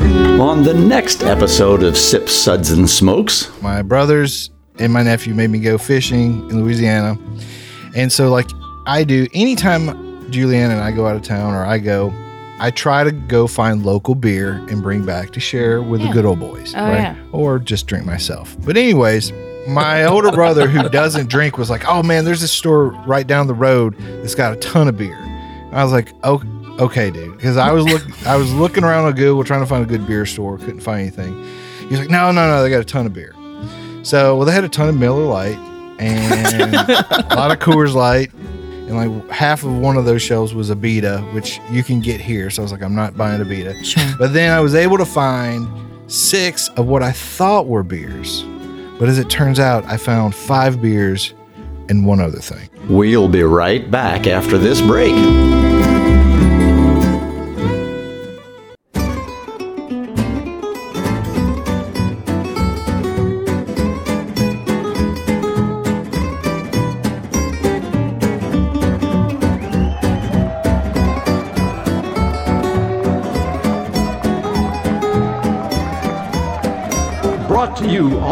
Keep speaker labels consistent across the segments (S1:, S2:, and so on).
S1: on the next episode of Sip Suds and Smokes.
S2: my brothers and my nephew made me go fishing in Louisiana. And so, like I do, anytime Julianne and I go out of town or I go, I try to go find local beer and bring back to share with the
S3: Yeah.
S2: good old boys.
S3: Oh, yeah.
S2: Or just drink myself. But, anyways, my older brother who doesn't drink was like, oh man, there's this store right down the road that's got a ton of beer. I was like, oh, okay, dude, because I was look, I was looking around on Google trying to find a good beer store, couldn't find anything. He's like, no, no, no, they got a ton of beer. So, well, they had a ton of Miller Light and a lot of Coors Light, and like half of one of those shelves was a Beta, which you can get here. So I was like, I'm not buying a Beta.
S3: Sure.
S2: But then I was able to find six of what I thought were beers, but as it turns out, I found five beers and one other thing.
S1: We'll be right back after this break. Brought to you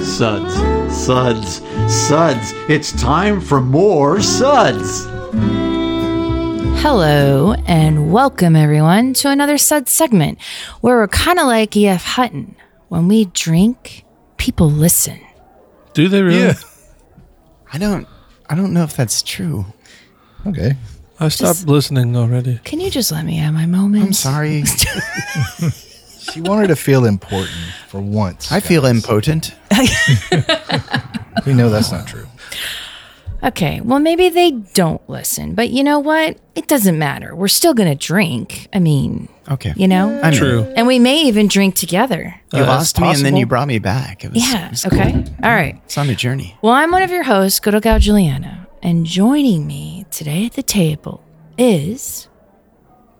S1: Suds, suds, suds. It's time for more suds.
S3: Hello and welcome everyone to another Sud segment where we're kind of like E.F. Hutton. When we drink, people listen.
S4: Do they really?
S5: Yeah. I don't. I don't know if that's true.
S2: Okay.
S4: I stopped listening already.
S3: Can you just let me have my moment?
S5: I'm sorry.
S2: She wanted to feel important for once.
S5: I feel impotent.
S2: we know that's not true.
S3: Okay, well, maybe they don't listen, but you know what? It doesn't matter. We're still going to drink. I mean,
S5: Okay.
S3: you know?
S5: I'm
S4: True.
S3: And we may even drink together.
S5: You
S4: Uh,
S5: lost
S4: it's
S5: me and then you
S4: possible.
S5: brought me back. It was,
S3: Yeah,
S5: it's
S3: okay.
S5: cool.
S3: All right.
S5: It's on a journey.
S3: Well, I'm one of your hosts, Good Old Gal Juliana, and joining me today at the table is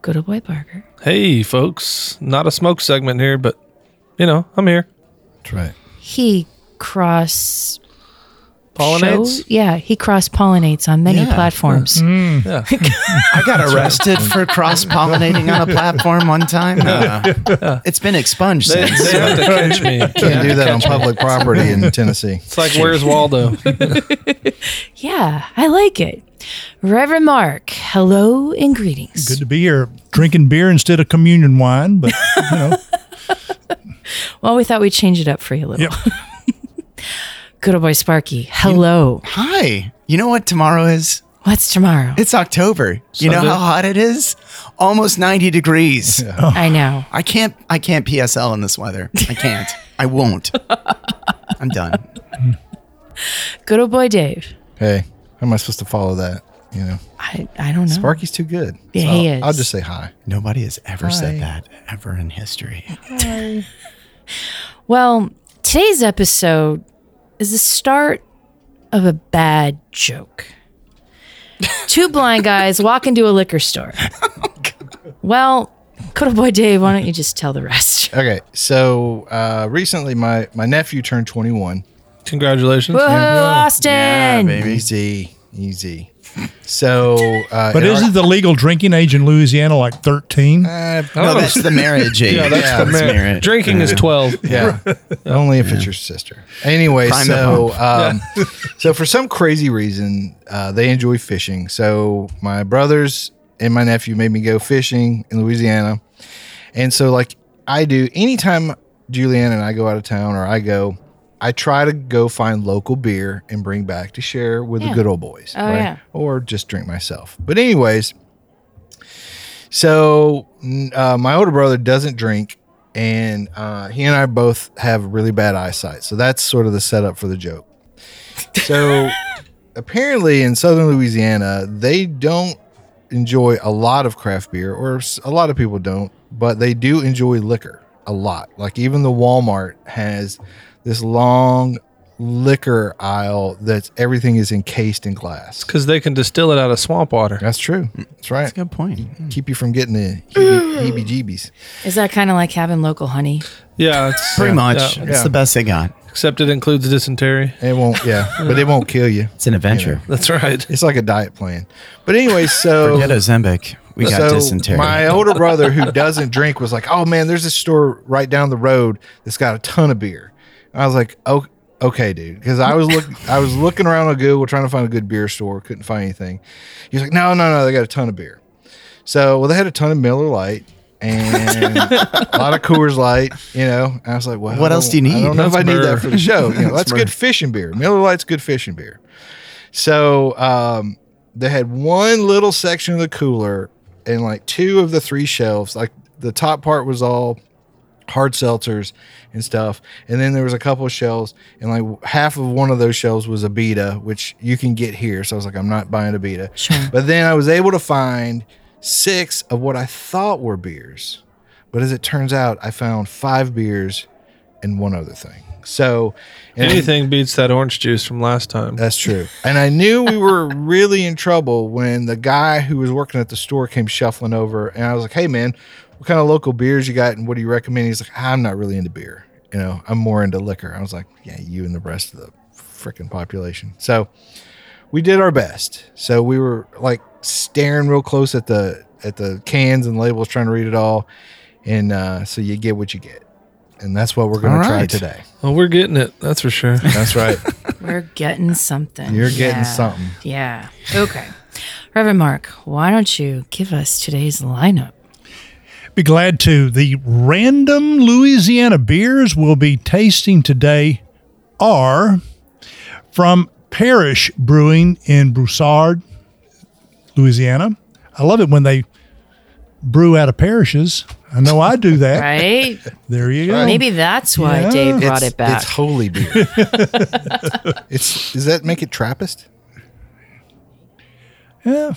S3: Good Old Boy Parker.
S4: Hey, folks. Not a smoke segment here, but you know, I'm here.
S2: That's right.
S3: He cross
S4: Pollinates?
S3: shows- Yeah, he cross pollinates on many
S5: Yeah.
S3: platforms.
S4: Yeah.
S5: I got arrested for cross pollinating on a platform one time. Uh, it's been expunged
S4: They,
S5: since.
S4: they have to catch me.
S2: Can't do that on public property in Tennessee.
S4: It's like, where's Waldo?
S3: Yeah, I like it. Reverend Mark, hello and greetings.
S6: Good to be here. Drinking beer instead of communion wine, but you know,
S3: Well, we thought we'd change it up for you a little.
S6: Yep.
S3: Good old boy Sparky, hello.
S5: Hi. You know what tomorrow is?
S3: What's tomorrow?
S5: It's October. You know
S4: Sunday.
S5: how hot it is? Almost 90 degrees.
S3: I know.
S5: I can't I can't PSL in this weather. I can't. I won't. I'm done.
S3: Good old boy Dave.
S2: Hey, how am I supposed to follow that? You know,
S3: I, I don't know.
S2: Sparky's too good.
S3: Mm-hmm. Yeah, he
S2: I'll-
S3: is.
S2: I'll just say hi.
S5: Nobody has ever
S2: Hi.
S5: said that ever in history.
S3: Well, today's episode is the start of a bad joke. Two blind guys walk into a liquor store.
S2: Oh,
S3: well, good old boy Dave, why don't you just tell the rest?
S2: Okay, so uh, recently my my nephew turned 21.
S4: Congratulations.
S3: Whoa, Austin!
S2: Easy, easy. So, uh,
S6: but
S2: in our-
S6: isn't the legal drinking age in Louisiana like 13?
S2: Uh,
S5: No, that's the marriage age.
S4: Oh. yeah, that's
S2: yeah,
S4: the
S2: that's
S4: mar-
S5: marriage.
S4: Drinking is 12.
S2: Yeah. Only if it's your sister. Anyway,
S5: Prime the
S2: so um, so for some crazy reason, uh, they enjoy fishing. So my brothers and my nephew made me go fishing in Louisiana, and so like I do anytime Julianne and I go out of town or I go, I try to go find local beer and bring back to share with
S3: Yeah.
S2: the good old boys,
S3: Oh, yeah.
S2: Or just drink myself. But anyways, so n- uh, my older brother doesn't drink, and uh, he and I both have really bad eyesight. So that's sort of the setup for the joke. So apparently, in southern Louisiana, they don't enjoy a lot of craft beer, or s- a lot of people don't. but they do enjoy liquor a lot. Like even the Walmart has this long liquor aisle that's everything is encased in glass.
S4: because they can distill it out of swamp water.
S2: That's true. That's right.
S5: Good point.
S2: Keep you from getting the heebie jeebies.
S3: Is that kind of like having local honey?
S4: Yeah, it's
S5: Pretty
S4: yeah,
S5: much.
S4: yeah.
S5: It's
S2: Yeah.
S5: the best they got.
S4: Except it includes dysentery.
S2: It won't, yeah, but it won't kill you.
S5: It's an adventure.
S4: That's right.
S2: It's like a diet plan. But anyway, so
S5: Forget Ozempic. We got
S2: so
S5: dysentery.
S2: My older brother who doesn't drink was like, "Oh man, there's this store right down the road that's got a ton of beer." I was like, "Oh, okay, dude," because I was look, I was looking around on Google trying to find a good beer store, couldn't find anything. He's like, "No, no, no, they got a ton of beer." So well, they had a ton of Miller Light. and a lot of Coors Light, you know. And I was like, "Well,
S5: What
S2: I
S5: else do
S2: don't-
S5: you
S2: I
S5: need?
S2: don't know if
S4: That's
S2: I need
S4: beer.
S2: that for the show. You know, that's
S5: Smurf.
S2: good fishing beer. Miller Lite's good fishing beer. So um, they had one little section of the cooler and like two of the three shelves. Like the top part was all hard seltzers and stuff, and then there was a couple of shelves, and like half of one of those shelves was a beta, which you can get here. So I was like, I'm not buying a beta. But then I was able to find six of what I thought were beers, but as it turns out, I found five beers and one other thing. So and-
S4: Anything beats that orange juice from last time.
S2: that's true. And I knew we were really in trouble when the guy who was working at the store came shuffling over, and I was like, "Hey, man, what kind of local beers you got, and what do you recommend?" He's like, "I'm not really into beer. You know, I'm more into liquor." I was like, "Yeah, you and the rest of the freaking population." So we did our best. So we were like staring real close at the at the cans and labels, trying to read it all, and uh, so you get what you get, and that's what we're going
S5: All
S2: to try
S5: right.
S2: today.
S4: Well, we're getting it. That's for sure.
S2: That's right.
S3: We're getting something.
S2: You're getting
S3: Yeah.
S2: something.
S3: Yeah. Okay. Reverend Mark, why don't you give us today's lineup?
S6: Be glad to. The random Louisiana beers we'll be tasting today are from Parish Brewing in Broussard, Louisiana. I love it when they brew out of parishes. I know I do that.
S3: Right?
S6: There you go.
S3: Maybe that's why
S6: Yeah.
S3: Dave brought
S2: it's,
S3: it back.
S2: It's holy beer. it's does that make it Trappist?
S6: Yeah.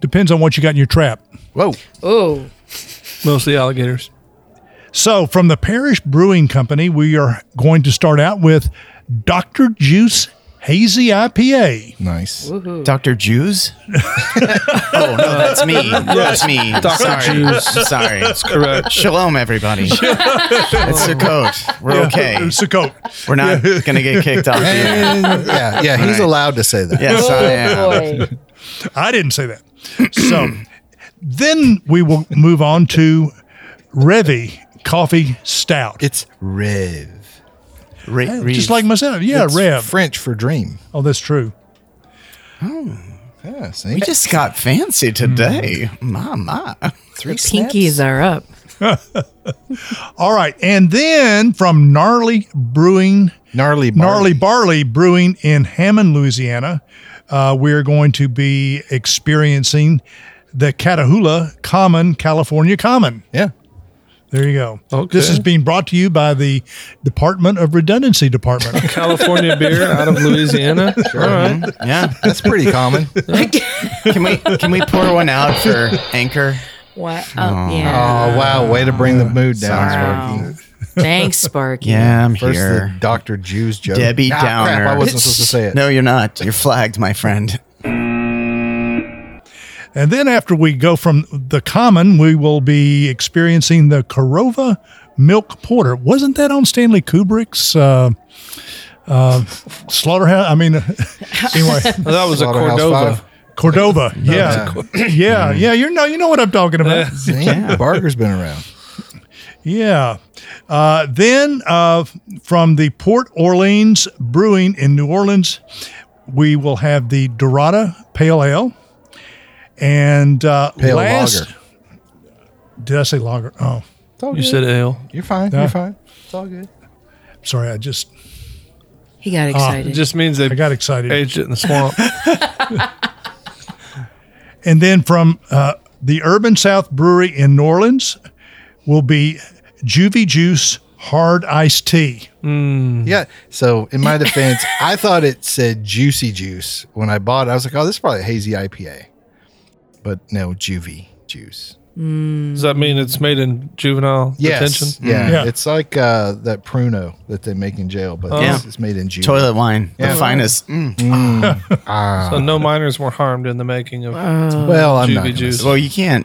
S6: Depends on what you got in your trap.
S2: Whoa!
S3: oh,
S4: Mostly alligators.
S6: So, from the Parish Brewing Company, we are going to start out with Dr. Juice Hazy IPA.
S2: Nice.
S5: Dr. Jews? oh, no, that's me. That's me.
S4: Dr.
S5: Sorry.
S4: Jews.
S5: Sorry.
S4: Correct.
S5: Shalom, everybody. That's the code. We're okay.
S6: It's a coat.
S5: We're not going to get kicked off. the air.
S2: yeah, yeah. He's
S5: Right.
S2: allowed to say that.
S5: Yes, I am.
S6: I didn't say that. So, then we will move on to Revy Coffee Stout.
S2: It's Rev.
S5: Re-
S6: Just
S5: Reeves.
S6: like myself. Yeah,
S2: It's
S6: Rev.
S2: French for dream.
S6: oh, that's true.
S2: Yeah. See,
S5: we just got fancy today.
S4: Hmm.
S5: Mama.
S3: the pinkies are up.
S6: All right. And then from Gnarly Brewing
S2: gnarly. Barley.
S6: Gnarly Barley Brewing in Hammond, Louisiana. Uh, we're going to be experiencing the Catahoula Common, California Common.
S2: Yeah.
S6: There you go.
S4: Okay.
S6: This is being brought to you by the Department of Redundancy Department.
S4: California beer out of Louisiana. All right.
S5: Yeah.
S2: That's pretty common.
S5: Can we can we pour one out for Anchor?
S3: What? Oh, yeah.
S2: oh wow! Way to bring the mood down. Oh, Sparky.
S3: Wow. Thanks, Sparky.
S5: Yeah, I'm
S2: First the
S5: here.
S2: Doctor Jews joke.
S5: Debbie
S2: Ah,
S5: Downer.
S2: Crap, I wasn't supposed to say it.
S5: No, you're not. You're flagged, my friend.
S6: and then after we go from the Common, we will be experiencing the Corova Milk Porter. Wasn't that on Stanley Kubrick's uh, uh, Slaughterhouse? I mean, anyway.
S4: Well, that was a
S2: Slaughterhouse
S4: Cordova.
S6: Cordova, yeah, yeah, yeah. You know, you know what I'm talking about.
S2: Five. Damn, Barker's been around.
S6: Yeah. Uh, then uh, from the Port Orleans Brewing in New Orleans, we will have the Dorada Pale Ale. And uh,
S2: Pale
S6: last,
S2: lager.
S6: did I say lager? Oh,
S2: It's all
S4: You
S2: good.
S4: said ale.
S2: you're fine.
S6: Yeah.
S2: You're fine. It's all good.
S6: sorry, I just
S3: He got
S4: It
S3: excited.
S4: just means they
S6: I got excited.
S4: aged it in the swamp.
S6: And then from uh, the Urban South Brewery in New Orleans will be Juvie Juice Hard Iced Tea.
S2: Yeah. So in my defense, I thought it said juicy juice when I bought it. I was like, oh, this is probably a hazy IPA. But no, juvie juice.
S4: Does that mean it's made in juvenile
S2: Yes.
S4: detention?
S2: Yeah.
S6: Yeah.
S2: It's like uh, that Pruno that they make in jail, but
S5: Yeah.
S2: it's, it's made in June.
S5: Toilet wine,
S2: Yeah.
S5: the finest. Mm. Uh-huh.
S4: So no minors were harmed in the making of.
S2: Well, I'm not.
S4: Juvie
S2: gonna
S4: juice.
S5: Well, you can't.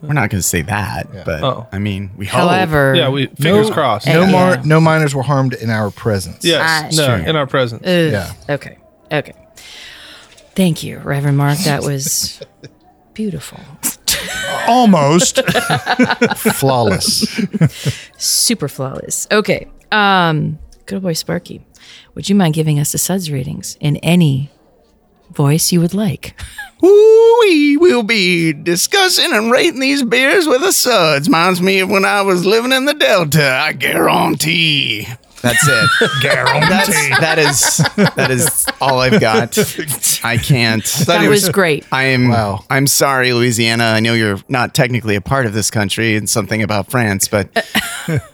S5: We're not going to say that, but
S4: Oh.
S5: I mean, we hope.
S3: However,
S4: yeah, we fingers crossed.
S2: No,
S3: Yeah.
S2: mar- no minors were harmed in our presence.
S4: Yes.
S3: Ah,
S4: no.
S5: sure.
S4: In our presence.
S3: Ugh.
S2: Yeah.
S3: Okay. Okay. Thank you, Reverend Mark. That was beautiful.
S6: Almost.
S2: Flawless.
S3: Super flawless. Okay. Um, good old boy Sparky. Would you mind giving us the suds readings in any voice you would like?
S5: We will be discussing and rating these beers with a suds. Reminds me of when I was living in the Delta. I guarantee. That's it. guarantee. That's, that is that is all I've got. I can't.
S3: That was great.
S5: I am.
S2: Wow.
S5: I'm sorry, Louisiana. I know you're not technically a part of this country and something about France, but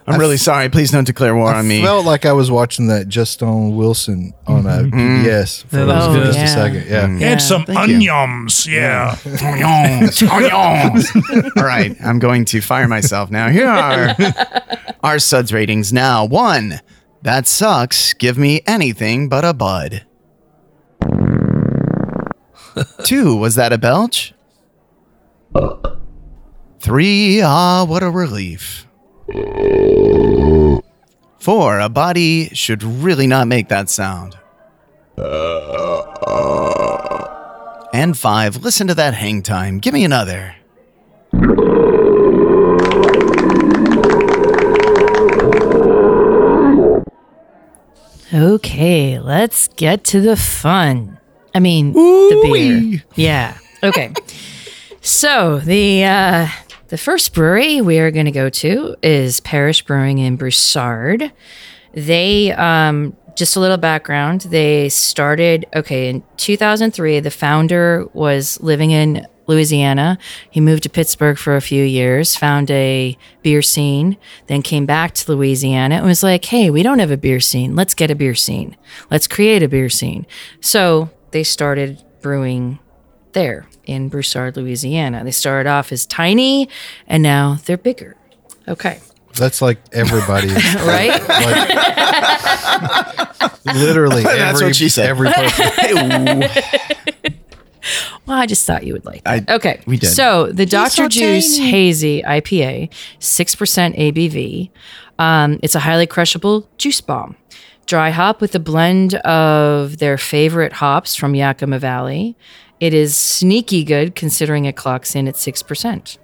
S5: I'm really sorry. Please don't declare war on me.
S2: Felt like I was watching that Just on Wilson on a PBS for
S4: Yeah, Mm-hmm. that was
S3: Oh,
S4: good.
S2: just
S3: yeah.
S2: a second. Yeah.
S6: Add some
S5: thank you.
S6: onions. Yeah.
S5: Onions, onions. All right, I'm going to fire myself now. Here are our suds ratings now. One, that sucks. Give me anything but a bud. Two, was that a belch? Three, ah, what a relief. Four, a body should really not make that sound. And five, listen to that hang time. Give me another.
S3: Okay, let's get to the fun. I mean, the beer. Yeah. Okay. so the uh, the first brewery we are going to go to is Parish Brewing in Broussard. They um, just a little background. They started okay in 2003. The founder was living in Louisiana. He moved to Pittsburgh for a few years, found a beer scene, then came back to Louisiana and was like, "Hey, we don't have a beer scene. Let's get a beer scene. Let's create a beer scene." So they started brewing there in Broussard, Louisiana. They started off as tiny, and now they're bigger. Okay,
S2: That's like everybody.
S3: right?
S2: like, literally.
S5: That's
S2: every,
S5: what she said.
S2: Every person.
S3: Well, I just thought you would like
S5: I-
S3: that. okay.
S5: we did.
S3: So the Dr. Juice Hazy IPA, 6% ABV. Um, it's a highly crushable juice bomb. Dry hop with a blend of their favorite hops from Yakima Valley. It is sneaky good considering it clocks in at 6%.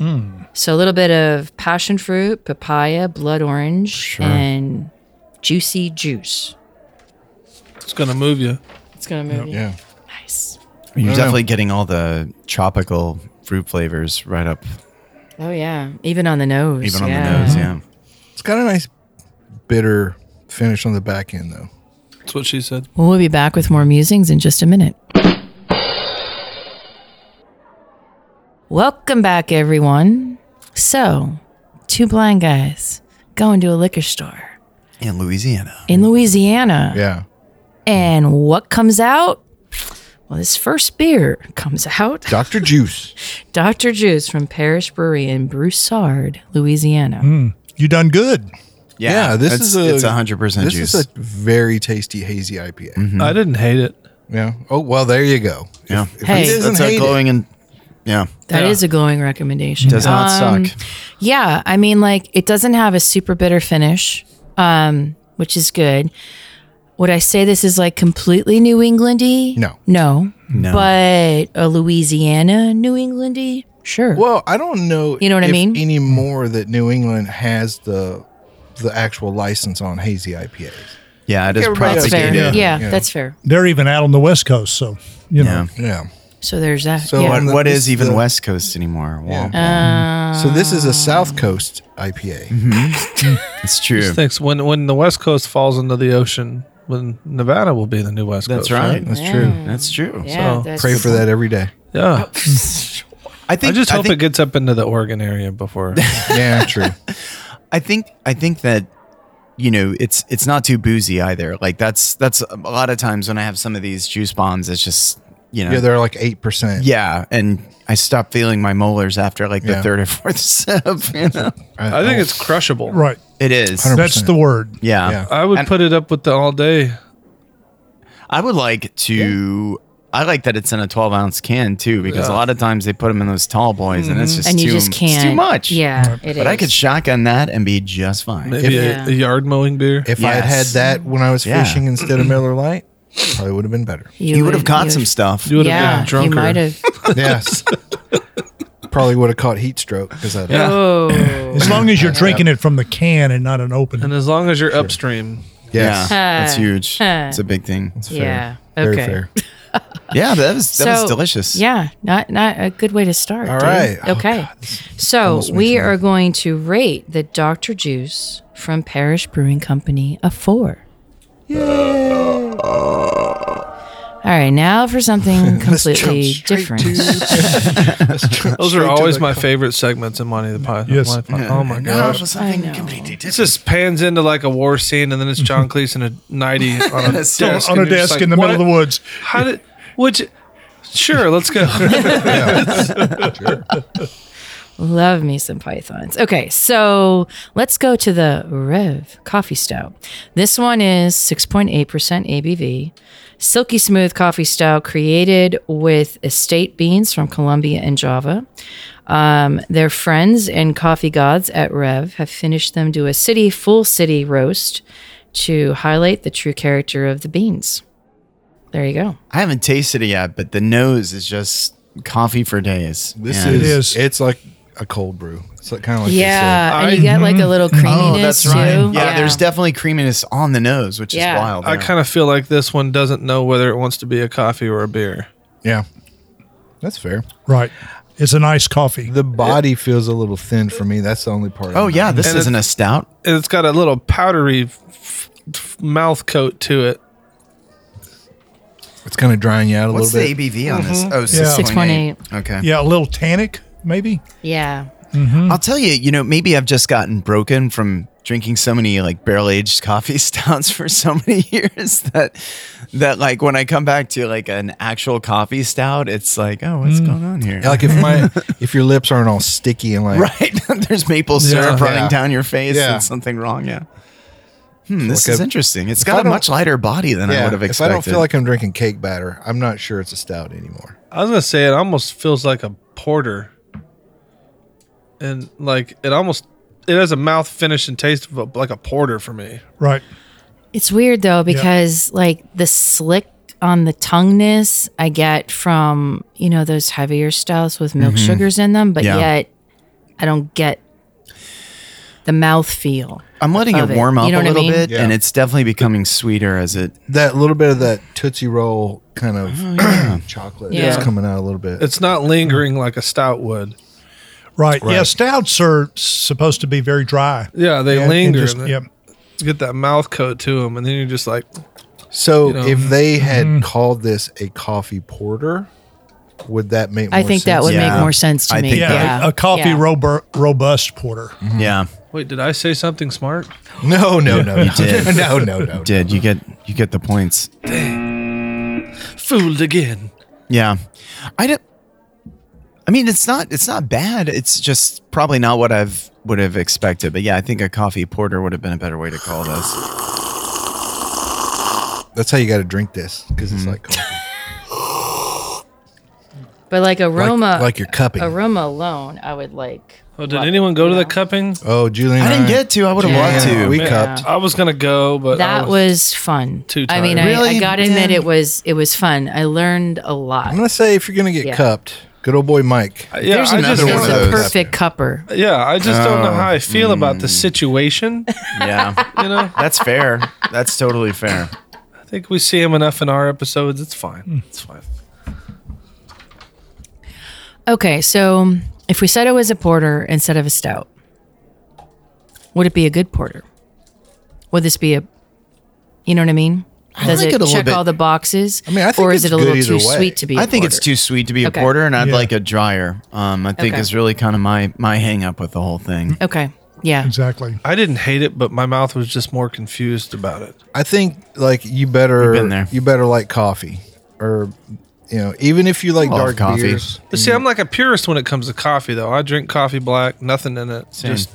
S5: Hmm.
S3: So a little bit of passion fruit, papaya, blood orange, and juicy juice.
S4: It's gonna move you.
S3: It's going to move you.
S2: Yeah.
S3: Nice.
S5: You're definitely getting all the tropical fruit flavors right up,
S3: Oh, yeah. Even on the nose.
S5: even on the nose. Yeah.
S2: It's got a nice bitter finish on the back end, though.
S4: That's what she said.
S5: Mm-hmm.
S3: Well, we'll be back with more musings in just a minute. Welcome back, everyone. So, two blind guys going to a liquor store
S5: In Louisiana.
S3: in Louisiana.
S2: Yeah.
S3: And what comes out? Well, this first beer comes out
S2: Dr. Juice.
S3: Dr. Juice from Parish Brewery in Broussard, Louisiana.
S5: Hmm.
S6: You done good.
S2: Yeah, this
S5: it's-
S2: is a
S5: it's hundred percent
S2: This
S5: juice. Mm-hmm.
S2: is a very tasty hazy IPA.
S4: I didn't hate it.
S2: Yeah. Oh well, there you go.
S5: yeah,
S3: Hey.
S2: doesn't
S5: that's a
S2: hate it.
S5: glowing and yeah,
S3: That is
S4: Yeah.
S3: a glowing recommendation.
S5: does not
S3: Um,
S5: suck.
S3: Yeah, I mean, like it doesn't have a super bitter finish, um, which is good. Would I say this is like completely New Englandy?
S2: No.
S3: no,
S5: No.
S3: But a Louisiana New Englandy, sure.
S2: Well, I don't know.
S3: You know what I
S2: if
S3: mean?
S2: Anymore that New England has the the actual license on hazy IPAs.
S5: Yeah, it is
S2: everybody
S3: that's
S2: else
S3: fair.
S5: propagated.
S3: Yeah,
S2: Yeah. Yeah.
S3: that's fair.
S6: They're even out on the West Coast, so you know.
S5: Yeah.
S2: Yeah.
S3: So there's that.
S2: So
S3: yeah.
S2: on the-
S5: What
S2: this
S5: is even
S2: the-
S5: West Coast anymore? Well,
S3: Uh,
S2: So this is a South Coast IPA.
S5: Mm-hmm. it's true.
S4: Just thinks when when the West Coast falls into the ocean, when Nevada will be the new West
S5: That's
S4: Coast.
S5: right.
S2: That's true.
S5: That's true.
S3: yeah,
S4: so-
S3: that's-
S2: Pray for that every day.
S4: Yeah.
S5: I
S4: I
S5: think
S4: just
S5: I
S4: hope
S5: think-
S4: it gets up into the Oregon area before.
S2: Yeah, true.
S5: I think I think that you know it's it's not too boozy either. Like that's that's a lot of times when I have some of these juice bombs, it's just you know.
S2: Yeah, they're like eight percent.
S5: Yeah, and I stopped feeling my molars after like the
S2: Yeah.
S5: third or fourth sip. You know,
S4: I
S2: oh,
S4: think it's crushable.
S6: Right.
S5: it is.
S6: That's the word.
S5: Yeah.
S2: Yeah.
S4: I would
S5: And-
S4: put it up with the all day.
S5: I would like to. I like that it's in a 12 ounce can too, because a lot of times they put them in those tall boys, and
S2: Mm-hmm.
S5: it's just
S3: and
S5: too,
S3: you just
S5: it's
S3: can't.
S5: too much.
S3: Yeah, it is.
S5: but I could shotgun that and be just fine.
S4: Maybe a,
S3: Yeah.
S4: a yard mowing beer.
S2: If I had had
S5: Yes.
S2: that when I was
S5: Yeah.
S2: fishing instead of Miller Lite, probably would have been better.
S5: You would have
S3: you
S5: caught
S3: would-
S5: some stuff.
S4: you would have
S3: Yeah,
S4: been drunker.
S3: you might have.
S2: Yes. probably would have caught heat stroke because I yeah.
S3: Oh,
S6: As long as you're drinking it from the can and not an open.
S4: And as long as you're upstream,
S5: Yeah,
S2: yes.
S5: that's huge.
S3: Huh.
S5: It's a big thing.
S3: yeah.
S2: Very
S3: Okay.
S2: fair.
S5: Yeah, that was that
S3: So,
S5: was delicious.
S3: Yeah, not not a good way to start.
S2: All
S3: dude.
S2: right. Oh,
S3: Okay. so we are going to rate the Dr. Juice from Parish Brewing Company a four. All right, now for something completely different.
S4: those are always my favorite segments in Monty the Python.
S6: Yes.
S4: Monty Python. Oh my gosh.
S3: I know.
S4: This just pans into like a war scene, and then it's John Cleese in a nighty on a desk,
S6: on a
S4: and you're just
S6: desk
S4: like,
S6: in the middle
S4: "What?
S6: of the woods.
S4: How did? Would you? Sure, let's go.
S3: Love me some pythons. Okay, so let's go to the Rev Coffee Stout. This one is 6.8% ABV, silky smooth coffee stout created with estate beans from Colombia and Java. Um, their friends and coffee gods at Rev have finished them to a city full city roast to highlight the true character of the beans. There you go.
S5: I haven't tasted it yet, but the nose is just coffee for days.
S2: This
S5: And
S2: is,
S6: is.
S2: It's like a cold brew. It's like, kind of like
S3: Yeah,
S4: said.
S3: and
S4: and
S3: you
S4: you
S3: get like a little creaminess
S5: Oh, that's
S3: too.
S5: right. Yeah, there's definitely creaminess on the nose, which
S3: Yeah.
S5: is wild.
S4: I kind of feel like this one doesn't know whether it wants to be a coffee or a beer.
S2: you said. Yeah. That's fair.
S6: Right. It's a nice coffee.
S2: The body feels a little thin for me. That's the only part.
S5: Oh
S2: I'm
S5: yeah, this
S4: And
S5: isn't a stout.
S4: And it's got a little powdery f- f- mouth coat to it.
S2: not- It's kind of drying you out a
S5: What's
S2: little
S5: the
S2: bit. Mm-hmm.
S5: ABV on this? Oh,
S6: Yeah.
S5: 6.8. Okay.
S6: Yeah, a little tannic, maybe.
S3: yeah.
S5: I'll tell you, you know, maybe I've just gotten broken from drinking so many like barrel aged coffee stouts for so many years that that like when I come back to like an actual coffee stout, it's like, oh,
S2: Mm.
S5: what's going on here?
S2: Like if my if your lips aren't all sticky and like
S5: right. There's maple syrup
S4: Yeah.
S5: running down your face
S2: Yeah.
S5: and something wrong. Yeah. Hmm, this
S2: Like
S5: is
S2: a-
S5: interesting. It's
S2: I
S5: got a
S2: don't-
S5: much lighter body than I would have
S2: if
S5: expected.
S2: I don't feel like I'm drinking cake batter, I'm not sure it's a stout anymore.
S4: I was gonna say it almost feels like a porter, and like it almost it has a mouth finish and taste of a, like a porter for me.
S6: Right.
S3: It's weird though because like the slick on the tongueness I get from you know those heavier styles with milk sugars in them, but
S5: Yeah.
S3: yet I don't get the mouth feel.
S5: I'm letting
S3: of
S5: it
S3: it.
S5: warm
S3: You
S5: up
S3: know
S5: a
S3: what I
S5: little
S3: mean?
S5: bit, and
S2: Yeah.
S5: it's definitely becoming sweeter as it.
S2: That little bit of that Tootsie Roll kind of
S5: Oh,
S2: chocolate
S3: Yeah.
S2: is coming out a little bit.
S4: It's not lingering like a stout would.
S6: Right. Yeah,
S2: Right.
S6: stouts are supposed to be very dry.
S4: Yeah, they
S6: And- and
S4: linger.
S6: just-
S4: and they
S6: yep.
S4: Get that mouth coat to them, and then you're just like,
S2: so
S4: know.
S2: if they had
S5: Mm-hmm.
S2: called this a coffee porter, would that make more
S3: I think that
S2: sense?
S3: would
S5: Yeah.
S3: make more sense to
S5: I
S3: me.
S5: think
S6: Yeah,
S5: Yeah. Mm-hmm.
S6: a- a coffee
S3: Yeah.
S6: robur- robust porter.
S5: Yeah,
S4: "Wait, did I say something smart?"
S2: No, no, no. You
S5: did.
S2: no, no, no.
S5: did you get you get the points?
S4: Fooled again.
S5: Yeah, I don't. I mean, it's not it's not bad. It's just probably not what I've would have expected. But yeah, I think a coffee porter would have been a better way to call this.
S2: That's how you got to drink this because
S5: Mm-hmm.
S2: it's like coffee.
S3: But like aroma,
S2: Like, like your cupping.
S3: aroma alone, I would like.
S4: Oh, did anyone go to the cupping?
S2: oh, Julian.
S5: I didn't get to. I would have loved
S2: Yeah,
S5: to.
S2: we
S4: Man,
S2: cupped.
S4: I was gonna go, but
S3: That was fun.
S4: Too
S3: I mean,
S4: tired.
S3: I, I
S5: Really?
S3: gotta admit,
S5: Yeah.
S3: it was it was fun. I learned a lot.
S2: I'm going to say if you're going to get
S3: Yeah.
S2: cupped, good old boy Mike.
S4: yeah.
S5: There's
S4: I
S5: another
S4: just
S5: one
S3: It's
S5: of
S3: a
S5: those.
S3: perfect cupper.
S4: yeah. I just don't know how I feel about the situation.
S5: yeah,
S4: You know,
S5: that's fair. That's totally fair.
S4: I think we see him enough in our episodes. It's fine. It's fine.
S3: Okay, so if we said it was a porter instead of a stout, would it be a good porter? Would this be a, you know what I mean? Does
S5: like
S3: it,
S5: it a little
S3: check
S5: bit.
S3: all the boxes? I
S2: mean, I think
S3: or is
S2: it's
S3: it a little
S2: good
S3: too
S2: either way.
S3: sweet to be? I
S5: I think it's too sweet to be a
S3: Okay.
S5: porter, and I'd
S6: Yeah.
S5: like a dryer. Um, I think
S3: Okay.
S5: is really kind of my my hang up with the whole thing.
S3: Okay, yeah,
S6: Exactly.
S4: I didn't hate it, but my mouth was just more confused about it.
S2: I think like you better
S5: You've been there.
S2: you better like coffee or You know, even if you like
S5: love
S2: dark
S5: coffee.
S2: beers,
S4: But see, I'm like a purist when it comes to coffee, though. I drink coffee black, nothing in it. Just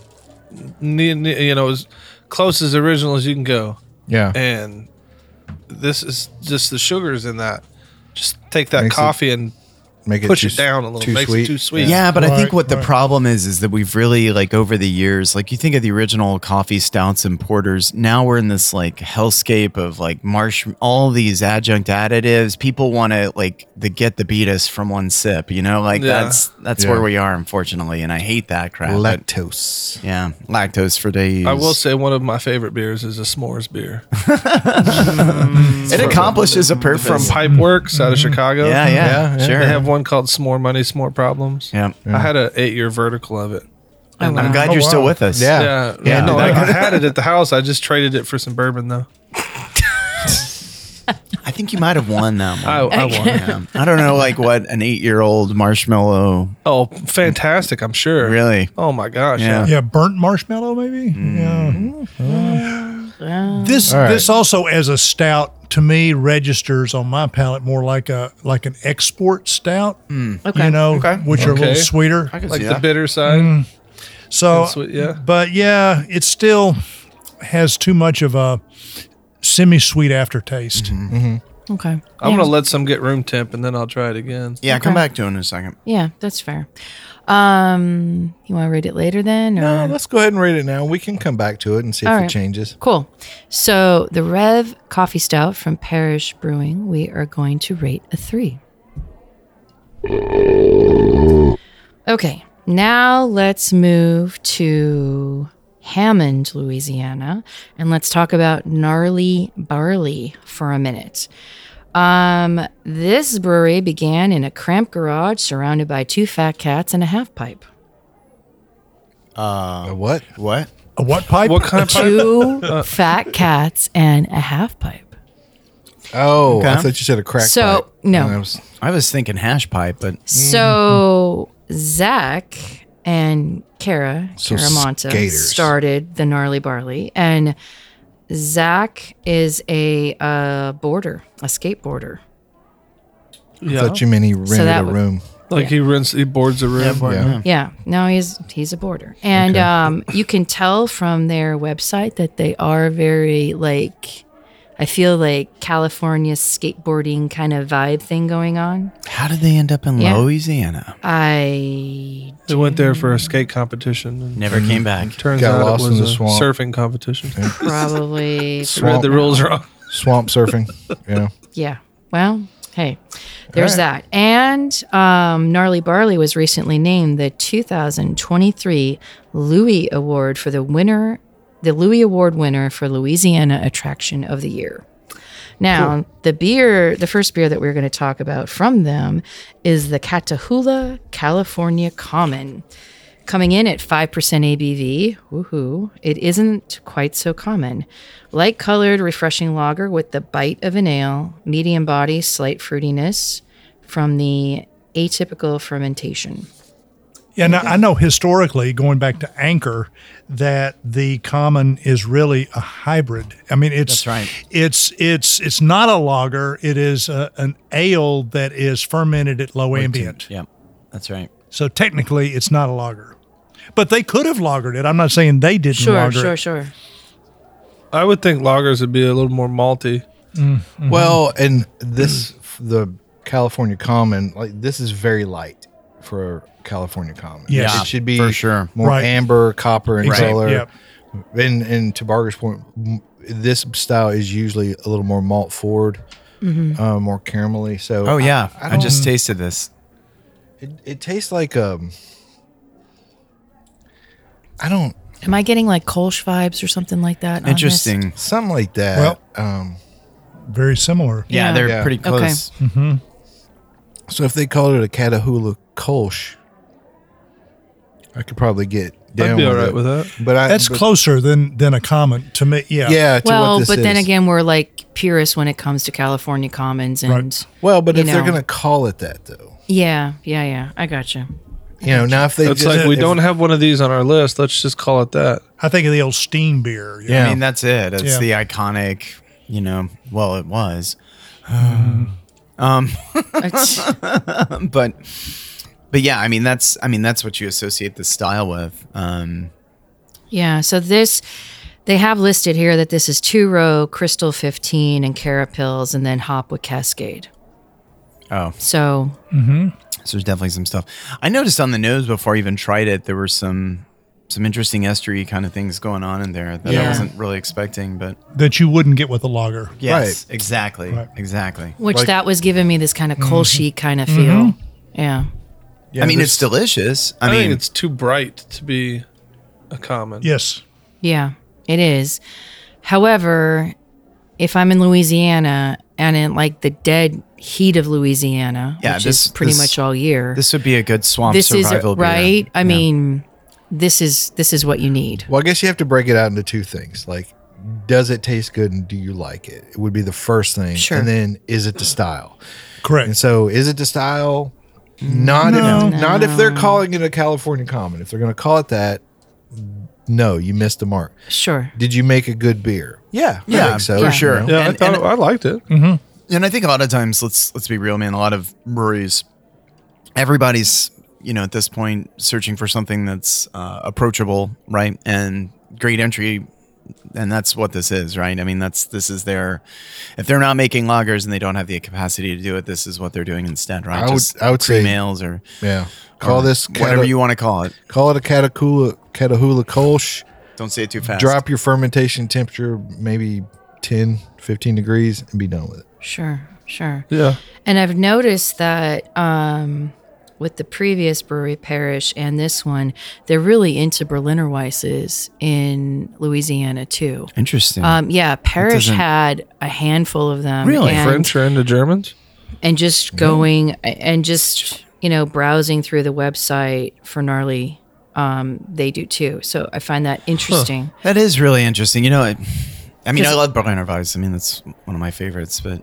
S4: ne- ne- you know, as close as original as you can go.
S2: yeah,
S4: And this is just the sugars in that. Just take that
S2: Makes it-
S4: coffee and
S2: make it
S4: push
S2: too
S4: it
S2: s-
S4: down a little.
S2: too
S4: Makes
S2: sweet.
S4: it too sweet.
S5: Yeah, but I think
S6: Right,
S5: what the
S6: right.
S5: problem is is that we've really like over the years, like you think of the original coffee stouts and porters. Now we're in this like hellscape of like marsh, all these adjunct additives. People want to like the get the beatus from one sip, you know, like
S4: Yeah.
S5: that's that's
S2: Yeah.
S5: where we are, unfortunately, and I hate that crap. but-
S2: lactose.
S5: yeah, lactose for days.
S4: I will say one of my favorite beers is a s'mores beer
S5: it accomplishes a
S4: from
S2: Mm-hmm.
S5: purpose.
S4: Pipe Works out of Chicago.
S5: yeah,
S2: Yeah,
S5: yeah,
S2: yeah.
S5: sure.
S4: They have one called S'more Money, S'more Problems.
S5: Yeah.
S4: I had an eight year vertical of it.
S3: Oh,
S5: I'm glad you're still with us.
S2: Yeah.
S4: Yeah.
S5: Yeah.
S4: No, I, I had it at the house. I just traded it for some bourbon, though.
S5: I think you might have won that one.
S4: I, I won.
S5: Yeah. I don't know, like what an eight-year-old marshmallow
S4: Oh, fantastic. I'm sure.
S5: really.
S4: Oh, my gosh.
S5: Yeah.
S6: Yeah, burnt marshmallow, maybe.
S4: Mm.
S6: Yeah. This
S2: All right.
S6: this also as a stout to me registers on my palate more like a like an export stout.
S3: Okay.
S6: You know,
S4: Mm. Okay.
S6: which are a little
S4: Okay.
S6: sweeter.
S4: Like
S5: See
S4: the
S5: that?
S4: bitter side.
S2: Mm.
S6: So,
S4: And sweet, yeah.
S6: but yeah, it still has too much of a semi-sweet aftertaste.
S4: Mm-hmm.
S3: Okay.
S4: I'm
S3: yeah.
S4: going to let some get room temp and then I'll try it again.
S5: Yeah, come
S3: Okay.
S5: back to it in a second.
S3: Yeah, that's fair. Um, you want to read it later then? Or?
S2: No, Uh, let's go ahead and read it now. We can come back to it and see if
S3: All
S2: it
S3: right.
S2: changes.
S3: Cool. So the Rev Coffee Stout from Parish Brewing, we are going to rate a three. Okay, now let's move to Hammond, Louisiana, and let's talk about gnarly barley for a minute. Um, this brewery began in a cramped garage surrounded by two fat cats and a half pipe.
S2: Uh, what?
S5: What?
S6: A what pipe?
S4: What kind of pipe?
S3: Two fat cats and a half pipe.
S2: Oh, I
S5: Okay.
S2: thought you said a crack.
S3: So,
S2: pipe. Uh,
S3: no.
S2: I was-
S5: I was thinking hash pipe, but
S2: Mm-hmm.
S3: So Zach and Kara
S2: So
S3: Caramonta
S2: skaters.
S3: started the gnarly barley, and Zach is a uh, boarder, a skateboarder.
S4: Yeah.
S2: thought you meant he rented
S3: that
S2: a
S3: would-
S2: room.
S4: like he rents, he boards a room.
S2: Yeah.
S3: Yeah, no, he's he's a boarder, and um, you can tell from their website that they are very like. I feel like California skateboarding kind of vibe thing going on.
S5: how did they end up in
S3: Yeah.
S5: Louisiana?
S3: I
S4: They went there for a skate competition. And
S5: Never
S2: Mm-hmm.
S5: came back.
S4: Turns
S2: Got
S4: out
S2: lost
S4: it
S2: in
S4: was
S2: the
S4: a
S2: swamp.
S4: surfing competition.
S3: probably
S4: Read
S2: Swamp,
S4: the rules wrong.
S2: swamp surfing. Yeah.
S3: Yeah. Well, hey, there's
S2: right.
S3: that. And um, Gnarly Barley was recently named the 2023 Louis Award for the winner, the Louis Award winner for Louisiana Attraction of the Year. Now, the beer, the first beer that we're going to talk about from them is the Catahoula California Common. Coming in at 5% ABV, woohoo, it isn't quite so common. Light colored, refreshing lager with the bite of an ale, medium body, slight fruitiness from the atypical fermentation.
S6: Yeah, now, I know historically, going back to Anchor, that the common is really a hybrid. I mean, it's
S5: That's right.
S6: It's it's it's not a lager. It is a, an ale that is fermented at low ambient.
S5: Yeah, that's right.
S6: So technically, it's not a lager, but they could have lagered it. I'm not saying they didn't
S3: Sure,
S6: lager
S3: sure,
S6: it.
S3: sure.
S4: I would think loggers would be a little more malty.
S2: Well, and this the California Common, like this is very light for California Common.
S6: Yes. Yeah,
S2: it should be
S5: for sure.
S2: more
S6: Right.
S2: amber, copper, and
S6: Exact-
S2: color.
S6: yep.
S2: And and to Barger's point, m- this style is usually a little more malt forward,
S3: Mm-hmm.
S2: uh, more caramelly. So
S5: Oh yeah,
S2: I
S5: I,
S2: don't-
S5: just tasted this.
S2: it, it tastes like um. I don't
S3: Am I getting like Kolsch vibes or something like that? on this?
S5: Interesting.
S2: something like that.
S6: Well-
S2: um,
S6: Very similar.
S5: Yeah,
S3: Yeah.
S5: they're
S2: Yeah.
S5: pretty
S3: Okay.
S5: close.
S2: So if they called it a Catahoula Kolsch, I could probably get down.
S4: be
S2: with
S4: all right
S2: it.
S4: with that.
S2: But I,
S6: That's
S2: but-
S6: closer than than a common to me. Yeah.
S2: Yeah. To what
S3: Well,
S2: this
S3: but then
S2: is.
S3: again, we're like purists when it comes to California Commons, and
S6: Right.
S2: well, but
S3: you
S2: if they're
S3: know.
S2: gonna call it that though,
S3: yeah, yeah, yeah. I gotcha.
S2: you know, now if they
S4: It's
S2: just,
S4: like we
S2: if-
S4: don't have one of these on our list. Let's just call it that.
S6: I think of the old steam beer. you know.
S2: Yeah.
S5: I mean, that's it. It's
S6: Yeah.
S5: the iconic. You know, well, it was
S3: It's-
S5: but but yeah, I mean that's I mean that's what you associate the style with. Um,
S3: yeah. So this, they have listed here that this is two row crystal fifteen and Cara pills, and then hop with Cascade.
S5: Oh.
S3: So
S5: so there's definitely some stuff. I noticed on the nose before I even tried it, there were some some interesting estery kind of things going on in there that I
S3: Yeah.
S5: wasn't really expecting. But
S6: that you wouldn't get with a logger.
S5: yes, exactly,
S6: Right.
S5: exactly.
S3: which
S2: Like-
S3: that was giving me this kind
S5: Mm-hmm.
S3: of coal sheet kind of feel. Yeah.
S2: Yeah,
S5: I mean,
S2: there's-
S5: it's delicious. I,
S4: I,
S5: mean,
S4: think it's too bright to be a common.
S6: Yes.
S3: Yeah, it is. However, if I'm in Louisiana and in like the dead heat of Louisiana,
S5: Yeah,
S3: which
S5: this-
S3: is pretty
S5: this-
S3: much all year, this,
S5: this would be a good swamp
S3: is
S5: survival beer.
S3: right. I
S5: Yeah.
S3: mean, this is this is what you need.
S2: Well, I guess you have to break it out into two things. Like, does it taste good and do you like it? It would be the first thing.
S3: Sure.
S2: And then is it the style? And
S6: Correct.
S2: so is it the style? Not
S6: No.
S2: if not if they're calling it a California common. If they're gonna call it that, no, you missed the mark.
S3: Sure.
S2: Did you make a good beer? Yeah. I
S5: Yeah,
S2: think so.
S5: for
S2: you
S5: sure.
S2: know?
S4: Yeah,
S5: And-
S4: I thought
S5: and-
S4: I liked it.
S5: And I think a lot of times, let's let's be real, man. A lot of breweries, everybody's you know at this point searching for something that's uh, approachable, right? And great entry, and that's what this is, right? I mean, that's this is their. If they're not making lagers and they don't have the capacity to do it, this is what they're doing instead, right?
S2: I would- I would say-
S5: cream ales or
S2: Yeah. Call this
S5: whatever
S2: cata-
S5: you want to call it.
S2: call it a catacoola catahula kolsch.
S5: Don't say it too fast.
S2: Drop your fermentation temperature maybe 10, 15 degrees and be done with it.
S3: Sure. Sure.
S4: Yeah.
S3: And I've noticed that um, with the previous brewery parish and this one, they're really into Berliner Weisses in Louisiana too.
S5: Interesting.
S3: Um, yeah, Parrish
S5: doesn't-
S3: had a handful of them.
S5: Really?
S3: and,
S4: French or into Germans?
S3: and just going and just you know browsing through the website for gnarly. Um, they do too, so I find that interesting.
S5: that is really interesting. You know, it, I mean, I
S3: 'Cause-
S5: love Berliner Weiss. I mean, that's one of my favorites, but.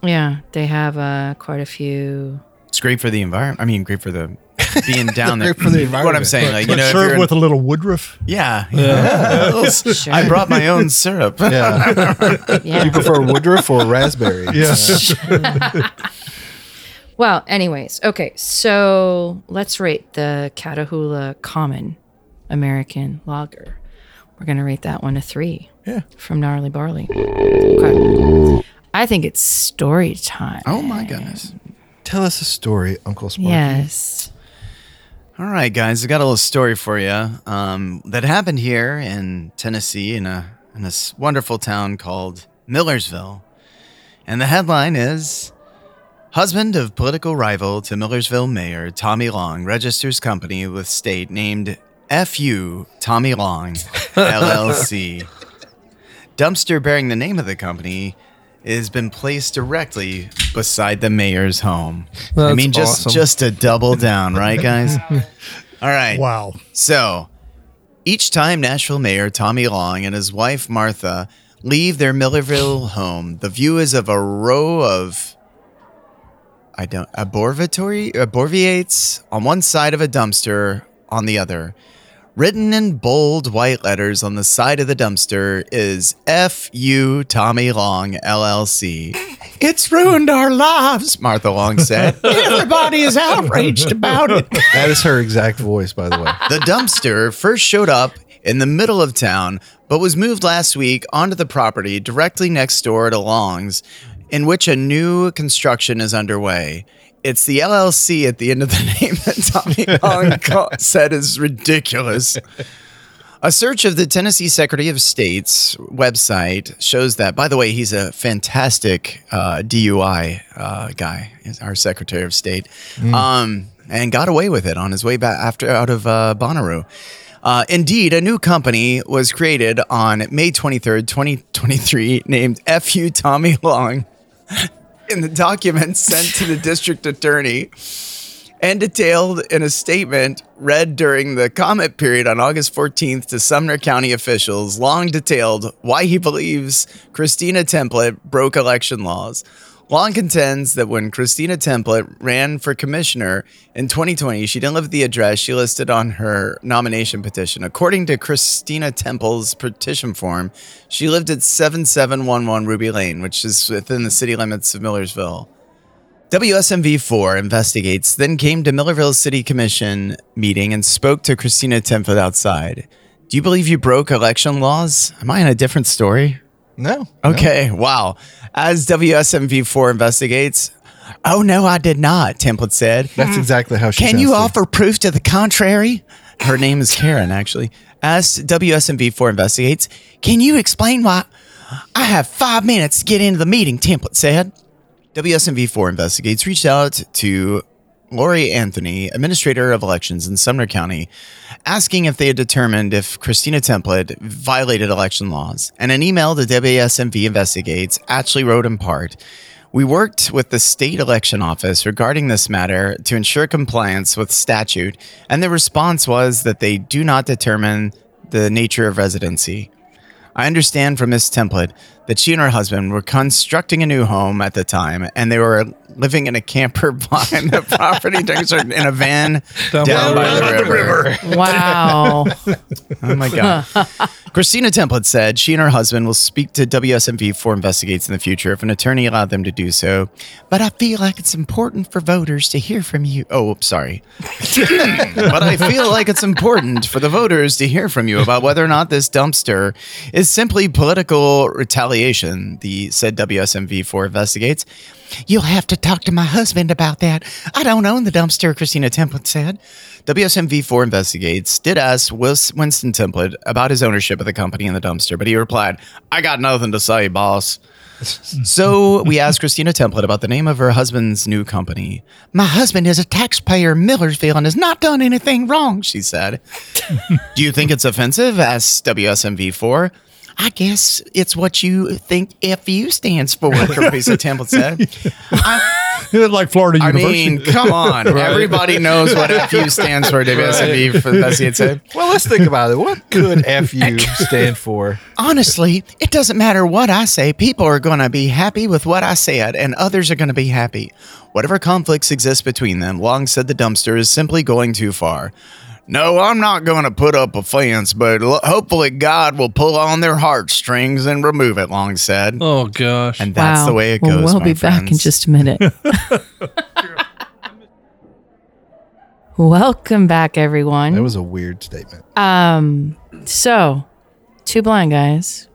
S3: Yeah, they have uh, quite a few.
S5: It's great for the environment. I mean, great for the being down there.
S2: Great for the
S5: What I'm
S2: environment.
S5: saying, like you
S6: But
S5: know, if you're
S6: served
S5: in-
S6: with a little woodruff.
S5: yeah, yeah. I brought my own syrup.
S2: Yeah.
S3: Yeah.
S2: you prefer Woodruff or raspberry?
S6: Yes.
S3: Well, anyways, okay, so let's rate the Catahoula Common American Lager. We're gonna rate that one a three. Yeah. From Gnarly Barley. Okay. I think it's story time.
S5: Oh my goodness!
S2: Tell us a story, Uncle Sparky.
S3: Yes.
S5: All right, guys, I got a little story for you um, that happened here in Tennessee in a in this wonderful town called Millersville, and the headline is. Husband of political rival to Millersville Mayor Tommy Long registers company with state named FU Tommy Long LLC. Dumpster bearing the name of the company has been placed directly beside the mayor's home. I
S4: That's
S5: mean, just
S4: awesome.
S5: just to double down, right, guys? All right.
S6: Wow.
S5: So, each time Nashville Mayor Tommy Long and his wife Martha leave their Millerville home, the view is of a row of I don't aborvatory aborviates on one side of a dumpster on the other. Written in bold white letters on the side of the dumpster is FU Tommy Long LLC. It's ruined our lives, Martha Long said. Everybody is outraged about it.
S2: That is her exact voice, by the way.
S5: The dumpster first showed up in the middle of town, but was moved last week onto the property directly next door to Long's, in which a new construction is underway. It's the LLC at the end of the name that Tommy Long ca- said is ridiculous. A search of the Tennessee Secretary of State's website shows that, by the way, he's a fantastic uh, DUI uh, guy, is our Secretary of State, um, and got away with it on his way back after out of uh, Bonnaroo. Uh, indeed, a new company was created on May 23rd, 2023, named FU Tommy Long. In the document sent to the district attorney, and detailed in a statement read during the comment period on August 14th to Sumner County officials, Long detailed why he believes Christina Template broke election laws. Long contends that when Christina Template ran for commissioner in 2020, she didn't live at the address she listed on her nomination petition. According to Christina Temple's petition form, she lived at 7711 Ruby Lane, which is within the city limits of Millersville. WSMV4 investigates, then came to Millerville City Commission meeting and spoke to Christina Temford outside. Do you believe you broke election laws? Am I in a different story?
S2: No.
S5: Okay, wow. As WSMV4 investigates, oh no, I did not, Template said.
S2: That's exactly how she
S5: Can
S2: sounds
S5: you
S2: too.
S5: offer proof to the contrary? Her name is Karen, actually. Asked WSMV4 investigates, can you explain why I have five minutes to get into the meeting? Template said. WSMV4 investigates reached out to Lori Anthony, administrator of elections in Sumner County, asking if they had determined if Christina Template violated election laws. And an email to WSMV investigates actually wrote in part. We worked with the state election office regarding this matter to ensure compliance with statute, and the response was that they do not determine the nature of residency. I understand from Miss Template that she and her husband were constructing a new home at the time, and they were living in a camper behind the property during certain, in a van down, by, the, river.
S3: Wow.
S5: Oh my god! Christina Template said she and her husband will speak to WSMV for investigates in the future if an attorney allowed them to do so. But I feel like it's important for voters to hear from you. Oh, I'm sorry. but I feel like it's important for the voters to hear from you about whether or not this dumpster is simply political retaliation, the said WSMV4 investigates. You'll have to talk to my husband about that. I don't own the dumpster, Christina Template said. WSMV4 investigates did ask Wis- Winston Template about his ownership of the company and the dumpster, but he replied, I got nothing to say, boss. So we asked Christina Template about the name of her husband's new company. My husband is a taxpayer in Millersville and has not done anything wrong, she said. Do you think it's offensive? asked WSMV4. I guess it's what you think FU stands for, Teresa Template said.
S6: like Florida
S5: I
S6: University.
S5: mean, come on. Everybody knows what FU stands for, WSMV for the said.
S2: Well, let's think about it. What could FU stand for?
S5: Honestly, it doesn't matter what I say. People are going to be happy with what I said, and others are going to be happy. Whatever conflicts exist between them, Long said the dumpster is simply going too far. No, I'm not going to put up a fence, but l- hopefully God will pull on their heartstrings and remove it, Long said.
S4: Oh gosh.
S5: And that's
S3: wow.
S5: the way it
S3: Well,
S5: goes.
S3: we'll
S5: my
S3: be back in
S5: friends.
S3: just a minute. Welcome back, everyone.
S2: That was a weird statement.
S3: Um, so two blind guys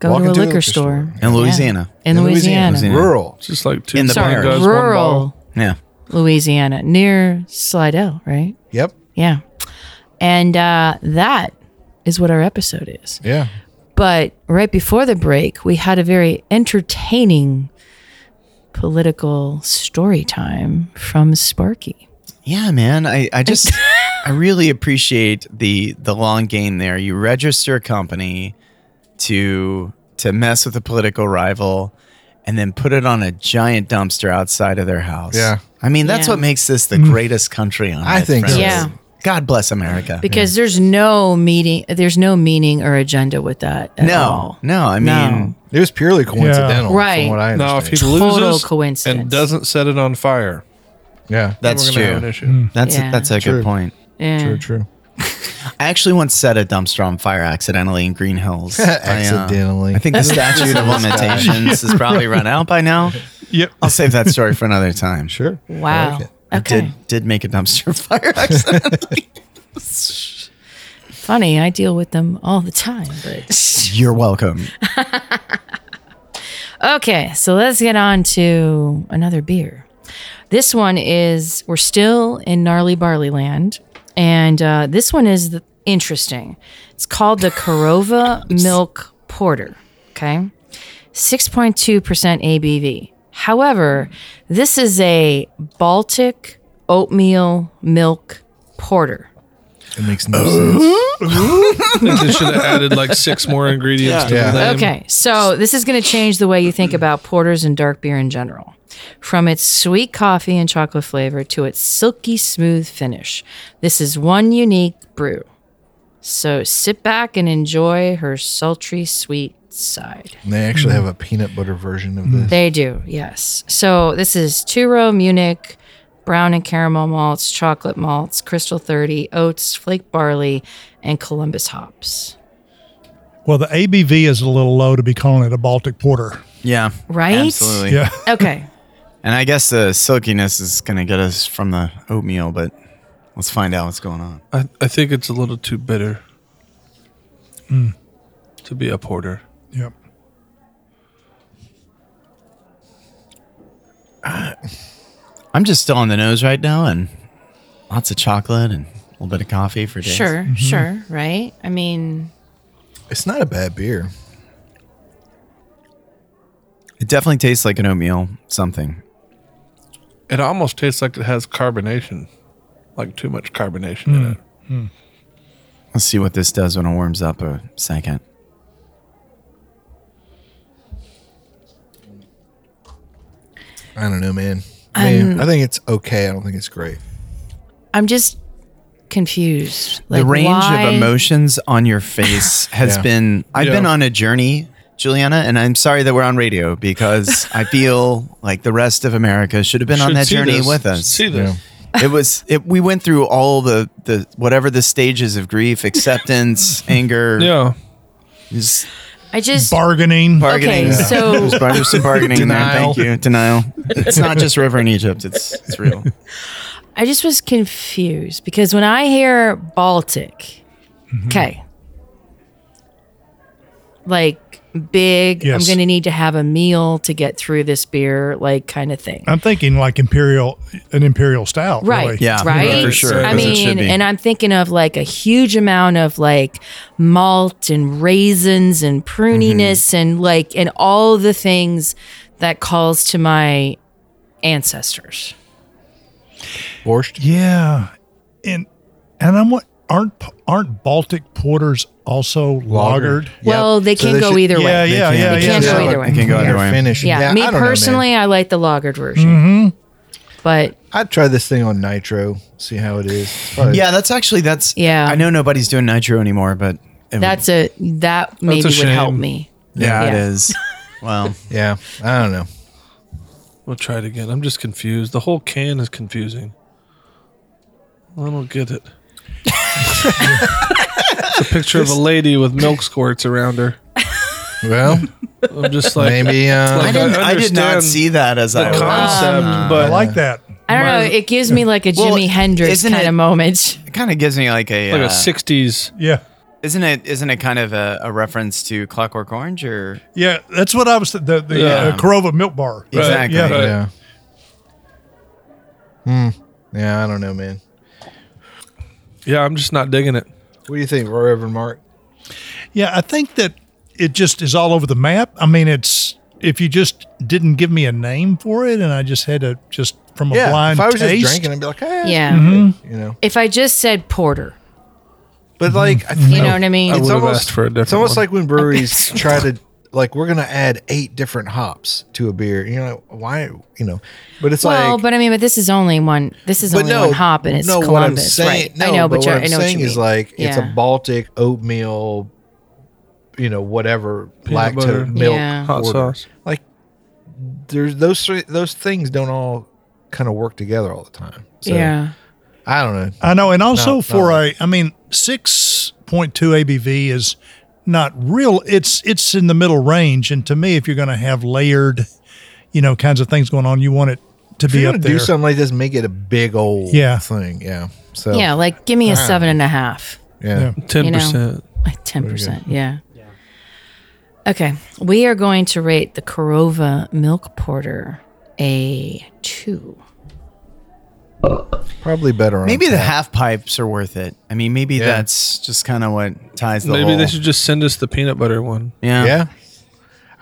S3: go
S2: Walk
S3: to a
S2: into a
S3: liquor,
S2: liquor
S3: store,
S2: store.
S5: in Louisiana.
S3: Yeah. in, Louisiana.
S5: Louisiana.
S2: Rural.
S4: just like two
S5: In the
S4: blind
S5: Sorry,
S4: guys, one ball.
S3: rural
S5: Yeah.
S3: Louisiana near Slidell, right?
S2: Yep.
S3: Yeah, and uh, that is what our episode is.
S2: Yeah.
S3: But right before the break, we had a very entertaining political story time from Sparky.
S5: Yeah, man. I, I just I really appreciate the the long game there. You register a company to to mess with a political rival and then put it on a giant dumpster outside of their house.
S2: Yeah. Mm.
S5: I mean, that's
S3: Yeah.
S5: what makes this the greatest country on
S2: I
S5: earth,
S2: think so.
S5: friends.
S3: Yeah.
S5: God bless America.
S3: Because there's no meeting, there's no meaning or agenda with that at
S5: no,
S3: all.
S5: no, I mean,
S3: No.
S2: It was purely coincidental,
S3: Right.
S2: From what I
S4: Now, if he
S2: understand.
S3: Total
S4: loses
S3: coincidence.
S4: and doesn't set it on fire,
S2: yeah.
S5: that's
S4: we're gonna have an
S5: true.
S4: issue.
S5: That's
S3: Yeah.
S5: a, that's a
S2: True.
S5: good point.
S3: Yeah.
S2: True. True.
S5: I actually once set a dumpster on fire accidentally in Green Hills. I, uh,
S2: Accidentally.
S5: I, think the statute of limitations has probably run out by now.
S6: Yep.
S5: I'll save that story for another time.
S2: Sure.
S3: Wow. okay.
S5: Did did make a dumpster fire accident.
S3: Funny, I deal with them all the time. But
S5: You're welcome.
S3: okay, so let's get on to another beer. This one is we're still in gnarly barley land, and uh, this one is the, interesting. It's called the Corova Milk Porter. Okay, six point two percent ABV. However, this is a Baltic oatmeal milk porter.
S2: It makes no sense.
S4: they should have added like six more ingredients to
S2: Yeah.
S4: the name.
S3: Okay, so this is going to change the way you think about porters and dark beer in general. From its sweet coffee and chocolate flavor to its silky smooth finish, this is one unique brew. So sit back and enjoy her sultry sweet side.
S2: And they actually have a peanut butter version of this.
S3: They do, yes. So this is two row Munich, brown and caramel malts, chocolate malts, crystal 30, oats, flake barley, and Columbus hops.
S6: Well, the ABV is a little low to be calling it a Baltic Porter.
S5: Yeah.
S3: Right?
S5: Absolutely.
S6: Yeah.
S3: Okay.
S5: And I guess the silkiness is going to get us from the oatmeal, but let's find out what's going on.
S4: I, I think it's a little too bitter to be a porter.
S6: Yep.
S5: I'm just still on the nose right now and lots of chocolate and a little bit of coffee for days.
S3: Sure, sure, right? I mean,
S2: It's not a bad beer.
S5: It definitely tastes like an oatmeal something.
S4: It almost tastes like it has carbonation, like too much carbonation in it.
S5: Let's see what this does when it warms up a second.
S2: I don't know, man.
S3: Um,
S2: Man, I think it's okay. I don't think it's great.
S3: I'm just confused. Like,
S5: the range
S3: why-
S5: of emotions on your face has
S2: Yeah.
S5: been I've been
S4: Yeah.
S5: on a journey, Juliana, and I'm sorry that we're on radio because I feel like the rest of America should have been on
S4: Should
S5: that
S4: see
S5: journey
S4: this.
S5: with
S4: Should
S5: us.
S4: See this.
S5: it was it, we went through all the the whatever the stages of grief, acceptance, anger,
S4: Yeah.
S5: just
S3: I just
S6: Bargaining.
S5: bargaining.
S3: Okay, so-
S5: There's bar- there's some bargaining
S2: Denial.
S5: there. Thank you. Denial. It's not just River in Egypt. It's it's real.
S3: I just was confused because when I hear Baltic,
S5: Mm-hmm.
S3: okay, like big,
S6: Yes.
S3: I'm going to need to have a meal to get through this beer, like kind of thing.
S6: I'm thinking like imperial, an imperial stout.
S3: Right.
S6: really.
S5: Yeah,
S3: Right.
S5: for sure,
S3: I
S5: as it should
S3: mean,
S5: be.
S3: and I'm thinking of like a huge amount of like malt and raisins and pruniness and like, and all the things that calls to my ancestors.
S2: Borscht.
S6: Yeah, and and I'm what aren't aren't Baltic porters also lagered?
S3: Well, they
S2: So
S3: can't go
S2: should-
S3: either way.
S6: Yeah, yeah,
S5: can.
S6: yeah,
S5: They
S6: yeah.
S3: can't
S6: yeah.
S3: go either way.
S5: It can go either way.
S2: Finish.
S3: Yeah,
S2: I
S3: me
S2: don't know, man.
S3: personally, I like the lagered version, but
S2: I'd try this thing on nitro. See how it is. It's probably-
S5: Yeah, that's actually that's
S3: Yeah.
S5: I know nobody's doing nitro anymore, but it would-
S3: that's a that maybe would
S4: shame.
S3: help me.
S5: yeah, it
S3: yeah.
S5: is. Wow.
S2: yeah. I don't know.
S4: We'll try it again. I'm just confused. The whole can is confusing. I don't get it. it's a picture of a lady with milk squirts around her.
S2: Well,
S4: I'm just like
S2: maybe. Uh,
S4: like
S5: I, didn't,
S4: I
S5: I did not
S4: understand
S5: see that as
S4: the
S5: I was. uh,
S4: concept,
S6: I
S4: but
S6: like that.
S3: I don't know. It gives me like a
S5: Well,
S3: Jimi Hendrix
S5: isn't
S3: kind
S5: it-
S3: of moment.
S5: It kind of gives me like a
S4: like
S5: uh,
S4: a '60s.
S6: Yeah,
S5: Isn't it? Isn't it kind of a, a reference to Clockwork Orange or
S6: yeah. That's what I was. The the
S4: Yeah.
S6: uh, Corova Milk Bar.
S5: exactly?
S6: yeah.
S4: right.
S2: yeah. Hmm. Yeah, I don't know, man.
S4: Yeah, I'm just not digging it.
S2: What do you think, Reverend Mark?
S6: Yeah, I think that it just is all over the map. I mean, it's if you just didn't give me a name for it, and I just had to just from a blind
S2: if I was
S6: taste.
S2: just drinking, I'd be like, eh,
S3: Yeah.
S4: Hmm.
S2: you know.
S3: If I just said porter,
S2: But like, I
S3: you know what I mean?
S4: Hmm. I
S2: It's
S4: would have
S2: almost-
S4: asked for a different.
S2: It's almost
S4: one.
S2: like when breweries try to like we're gonna add eight different hops to a beer. You know why? You know, but it's
S3: well,
S2: like.
S3: but I mean, but this is only one. This is
S2: but
S3: only one hop, and it's
S2: no,
S3: Columbus,
S2: what I'm saying,
S3: right?
S2: No,
S3: I know, but,
S2: what
S3: you're,
S2: I'm
S3: I know what
S2: saying
S3: you
S2: is
S3: mean.
S2: like it's
S3: Yeah.
S2: a Baltic oatmeal, you know, whatever
S4: Peanut
S2: lactose
S4: butter.
S2: milk
S3: Yeah.
S4: hot
S2: order.
S4: sauce.
S2: Like there's those three, those things don't all kind of work together all the time. So,
S3: yeah,
S2: I don't know.
S6: I know, and also
S2: No,
S6: for
S2: no.
S6: a, I mean, six point two ABV is not real. It's it's in the middle range, and to me, if you're going to have layered, you know, kinds of things going on, you want it to
S2: If
S6: be
S2: you're
S6: up
S2: gonna
S6: there.
S2: do something like this, make it a big old
S6: Yeah.
S2: thing. Yeah. So
S3: yeah. Like, give me a seven and a half,
S2: yeah.
S4: Ten
S3: you know,
S4: percent.
S3: like ten percent. Yeah. Okay, we are going to rate the Corova Milk Porter a two.
S2: Probably better on
S5: Maybe the
S2: tap.
S5: half pipes are worth it. I mean, maybe that's just kind of what ties the.
S4: Maybe
S5: whole,
S4: they should just send us the peanut butter one.
S5: Yeah.
S2: Yeah.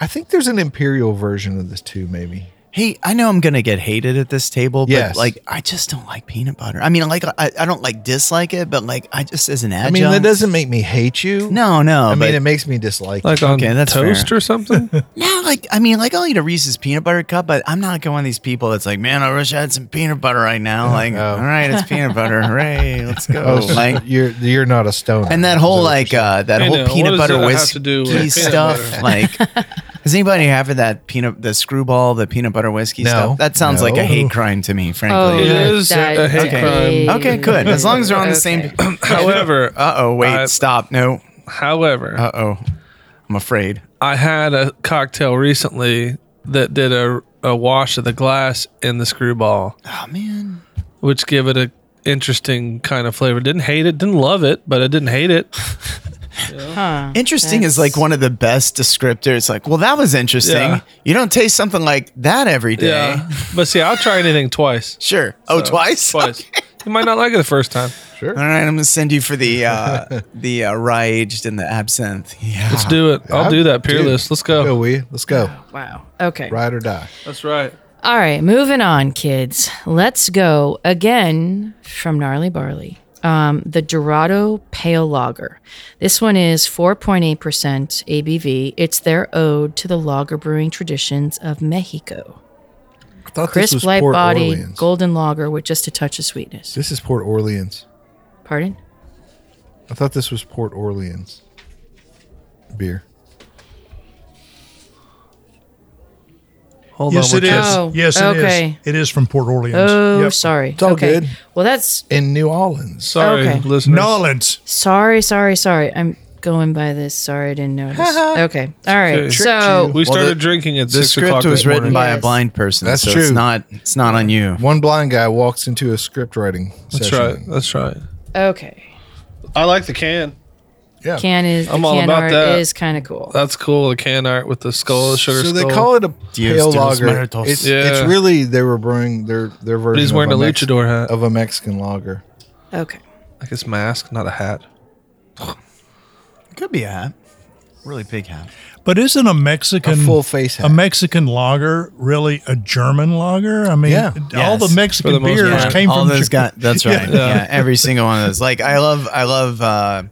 S2: I think there's an imperial version of this too, maybe.
S5: Hey, I know I'm gonna get hated at this table, but
S2: Yes.
S5: like, I just don't like peanut butter. I mean, like, I, I don't like dislike it, but like, I just as an
S2: I
S5: adjunct.
S2: mean, that doesn't make me hate you.
S5: No, no.
S2: I
S5: but-
S2: mean, it makes me dislike
S4: Like
S2: you.
S4: on
S5: Okay, that's
S4: toast
S5: fair.
S4: or something.
S5: No, like I mean, like I'll eat a Reese's peanut butter cup, but I'm not like one of these people that's like, man, I wish I had some peanut butter right now. Like, all right, it's peanut butter, hooray, let's
S2: Oh,
S5: go.
S2: it's just-
S5: Like,
S2: you're you're not a stoner.
S5: and that whole like uh, that
S4: I
S5: whole
S4: know,
S5: peanut
S4: what does
S5: butter
S4: that have to do with
S5: whiskey
S4: peanut
S5: stuff.
S4: butter?
S5: Like, has anybody ever that peanut the screwball the peanut butter whiskey
S2: No.
S5: stuff? That sounds like a
S2: No.
S5: hate crime to me,
S3: Oh,
S5: frankly.
S4: It is a hate
S5: okay,
S4: crime.
S5: okay, good. As long as they're on the same.
S4: however,
S5: Uh oh, wait,
S4: I-
S5: stop, no.
S4: however,
S5: Uh oh, I'm afraid.
S4: I had a cocktail recently that did a a wash of the glass and the screwball,
S5: Oh man.
S4: which give it a interesting kind of flavor. Didn't hate it, didn't love it, but I didn't hate it.
S5: Interesting is like one of the best descriptors. Like, well, that was interesting.
S4: Yeah.
S5: You don't taste something like that every day.
S4: Yeah, but see, I'll try anything twice.
S5: Sure. Oh,
S4: So,
S5: twice.
S4: Twice. You might not like it the first time.
S5: All right, I'm gonna send you for the uh, the uh, rye aged and the absinthe. Uh-huh. Yeah.
S4: Let's do it. I'll do that. Peerless. Let's
S2: Go,
S4: go.
S2: we. Let's go.
S3: Wow. Okay.
S2: Ride or die.
S4: That's right.
S3: All right, moving on, kids. Let's go again from Gnarly Barley. Um, the Dorado Pale Lager. This one is 4.8% ABV. It's their ode to the lager brewing traditions of Mexico.
S2: I thought
S3: Crisp, light
S2: Port
S3: body,
S2: Orleans.
S3: golden lager with just a touch of sweetness.
S2: This is Port Orleans.
S3: Pardon?
S2: I thought this was Port Orleans beer.
S4: Hold
S6: Yes,
S4: on.
S6: it is.
S4: we're
S3: just- Oh,
S6: yes, it is.
S3: okay.
S6: It is from Port Orleans.
S3: Oh,
S6: Yep.
S3: sorry.
S2: It's all
S3: okay.
S2: good.
S3: Well, that's
S2: In New Orleans.
S4: Sorry,
S3: Okay.
S4: listeners.
S6: Nolans.
S3: sorry, sorry, sorry. I'm going by this. Sorry, I didn't notice. okay. All right.
S4: Tricked
S3: So,
S4: We started
S5: the-
S4: drinking at
S5: The
S4: six o'clock.
S5: script was
S4: that
S5: written
S4: morning.
S5: by a
S3: Yes.
S5: blind person.
S2: That's
S5: so
S2: true.
S5: It's not. It's not on you.
S2: One blind guy walks into a script writing
S4: That's
S2: session.
S4: right. That's right.
S3: okay.
S4: I like the can.
S2: Yeah.
S3: Can is the
S4: I'm all
S3: can
S4: about
S3: art
S4: that.
S3: is kind of cool.
S4: That's cool. The can art with the skull, the sugar
S2: so
S4: skull.
S2: they call it a
S5: Dios
S2: pale
S5: de los
S2: lager.
S5: muertos.
S2: It's,
S4: Yeah.
S2: it's really they were brewing their their version.
S4: he's wearing
S2: of
S4: a
S2: Mex-
S4: luchador hat.
S2: of a Mexican lager.
S3: Okay.
S2: Oh.
S4: like his mask, not a hat.
S5: Could be a hat. Really big hat.
S6: But isn't a Mexican
S2: A full face
S6: a
S2: hat.
S6: Mexican lager really a German lager? I mean,
S2: Yeah.
S6: all
S5: Yes.
S6: the
S4: For
S6: Mexican
S4: the most
S6: beers
S4: part.
S6: came
S5: all
S6: from
S5: those
S6: Ger-
S5: got that's right yeah.
S4: Yeah.
S5: every single one of those like i love i love uh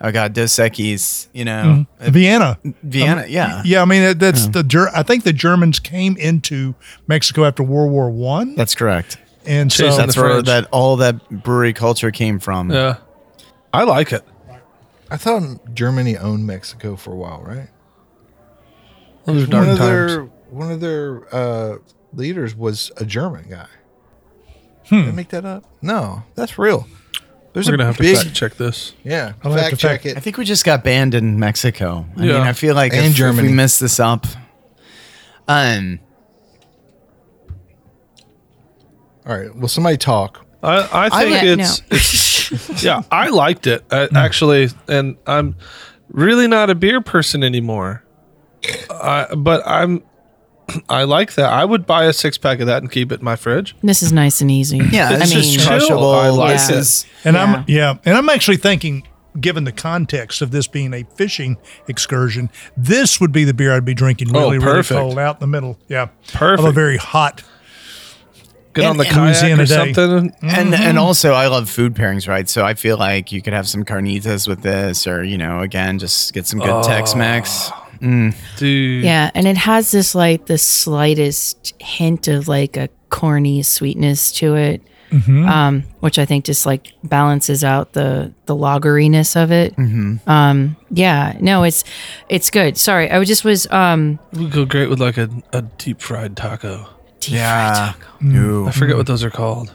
S5: oh god Dos Equis, you know
S6: Vienna.
S5: vienna yeah
S6: Yeah, I mean that, that's the Ger- I think the Germans came into Mexico after World War One,
S5: that's correct
S6: and so
S4: Jeez,
S5: that's
S4: Oh, the
S5: where
S4: fridge.
S5: that all that brewery culture came from
S4: Yeah, I like it.
S2: I thought Germany owned Mexico for a while, right?
S4: Those are
S2: One
S4: dark
S2: of their
S4: times.
S2: one of their uh, leaders was a German guy. Did I make that up? No, that's real. There's
S4: Hmm. We're
S2: a
S4: gonna have to
S2: big
S4: fact check this.
S2: yeah.
S6: I'll have
S2: fact
S6: to
S2: check
S6: fact-
S5: i
S2: it.
S5: think we just got banned in mexico i
S4: Yeah.
S5: mean i feel like
S2: And
S5: if, if
S2: Germany.
S5: we mess this up um
S2: All right. Well, somebody talk.
S4: I, I think
S3: Yeah,
S4: it's yeah. I liked it I,
S6: Hmm.
S4: actually, and I'm really not a beer person anymore. I, but I'm I like that. I would buy a six pack of that and keep it in my fridge.
S3: This is nice and easy.
S5: yeah
S3: I
S5: it's
S3: mean,
S5: just
S4: chill.
S5: crushable
S4: I like
S5: This
S4: it.
S5: is-
S6: and I'm yeah, and I'm actually thinking, given the context of this being a fishing excursion, this would be the beer I'd be drinking
S4: Oh,
S6: really really
S4: perfect.
S6: cold out in the middle. Yeah, of a
S4: Perfect.
S6: very hot.
S4: Get
S5: And-
S4: on the
S5: and
S4: kayak
S6: Louisiana
S4: or
S6: Day. Hmm?
S4: something.
S5: And
S4: Mm-hmm.
S5: and also I love food pairings, right? So I feel like you could have some carnitas with this, or you know, again, just get some good
S4: Oh.
S5: Tex-Mex.
S4: Dude,
S3: Yeah, and it has this like the slightest hint of like a corny sweetness to it, um, which I think just like balances out the the lageriness of it. Mm-hmm. Um, yeah, no, it's it's good. Sorry, I was- just was um,
S4: it would go great with like a, a deep fried taco.
S3: deep
S5: Yeah,
S4: I forget what those are called.